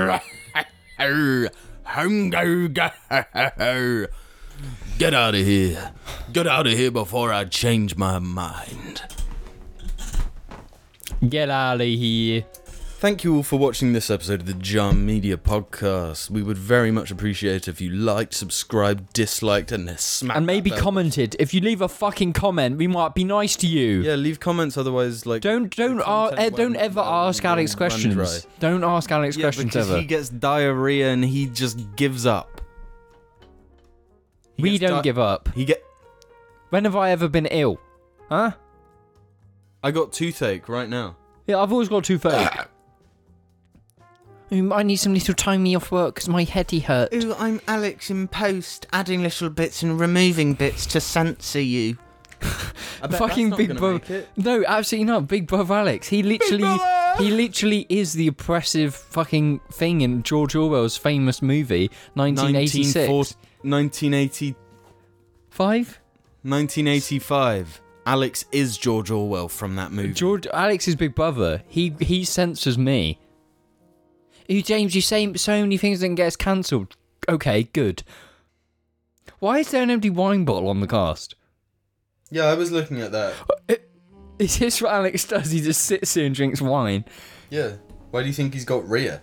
out of here. Get out of here before I change my mind. Get out of here. Thank you all for watching this episode of the Jam Media Podcast. We would very much appreciate it if you liked, subscribed, disliked, and then smacked And maybe that bell. commented. If you leave a fucking comment, we might be nice to you. Yeah, leave comments. Otherwise, like Don't don't The uh, content don't won't- ever won't- ask Alex won't questions. run dry. Don't ask Alex Yeah, questions because ever. he gets diarrhea and he just gives up. we gets don't di- give up. He get. When have I ever been ill? Huh? I got toothache right now. Yeah, I've always got two toothache. Um, I need some little timey off work because my heady hurt. Ooh, I'm Alex in post, adding little bits and removing bits to censor you. I bet that's Fucking not Big gonna Brother. make it. No, absolutely not. Big Brother Alex. He literally he literally is the oppressive fucking thing in George Orwell's famous movie 1986. 1940 1980, 5? 1985. Alex is George Orwell from that movie. George Alex's big brother. He he censors me. You James, you say so many things and gets cancelled. Okay, good. Why is there an empty wine bottle on the cast? yeah, I was looking at that. Is this what Alex does? He just sits here and drinks wine. Yeah. Why do you think he's got Rhea?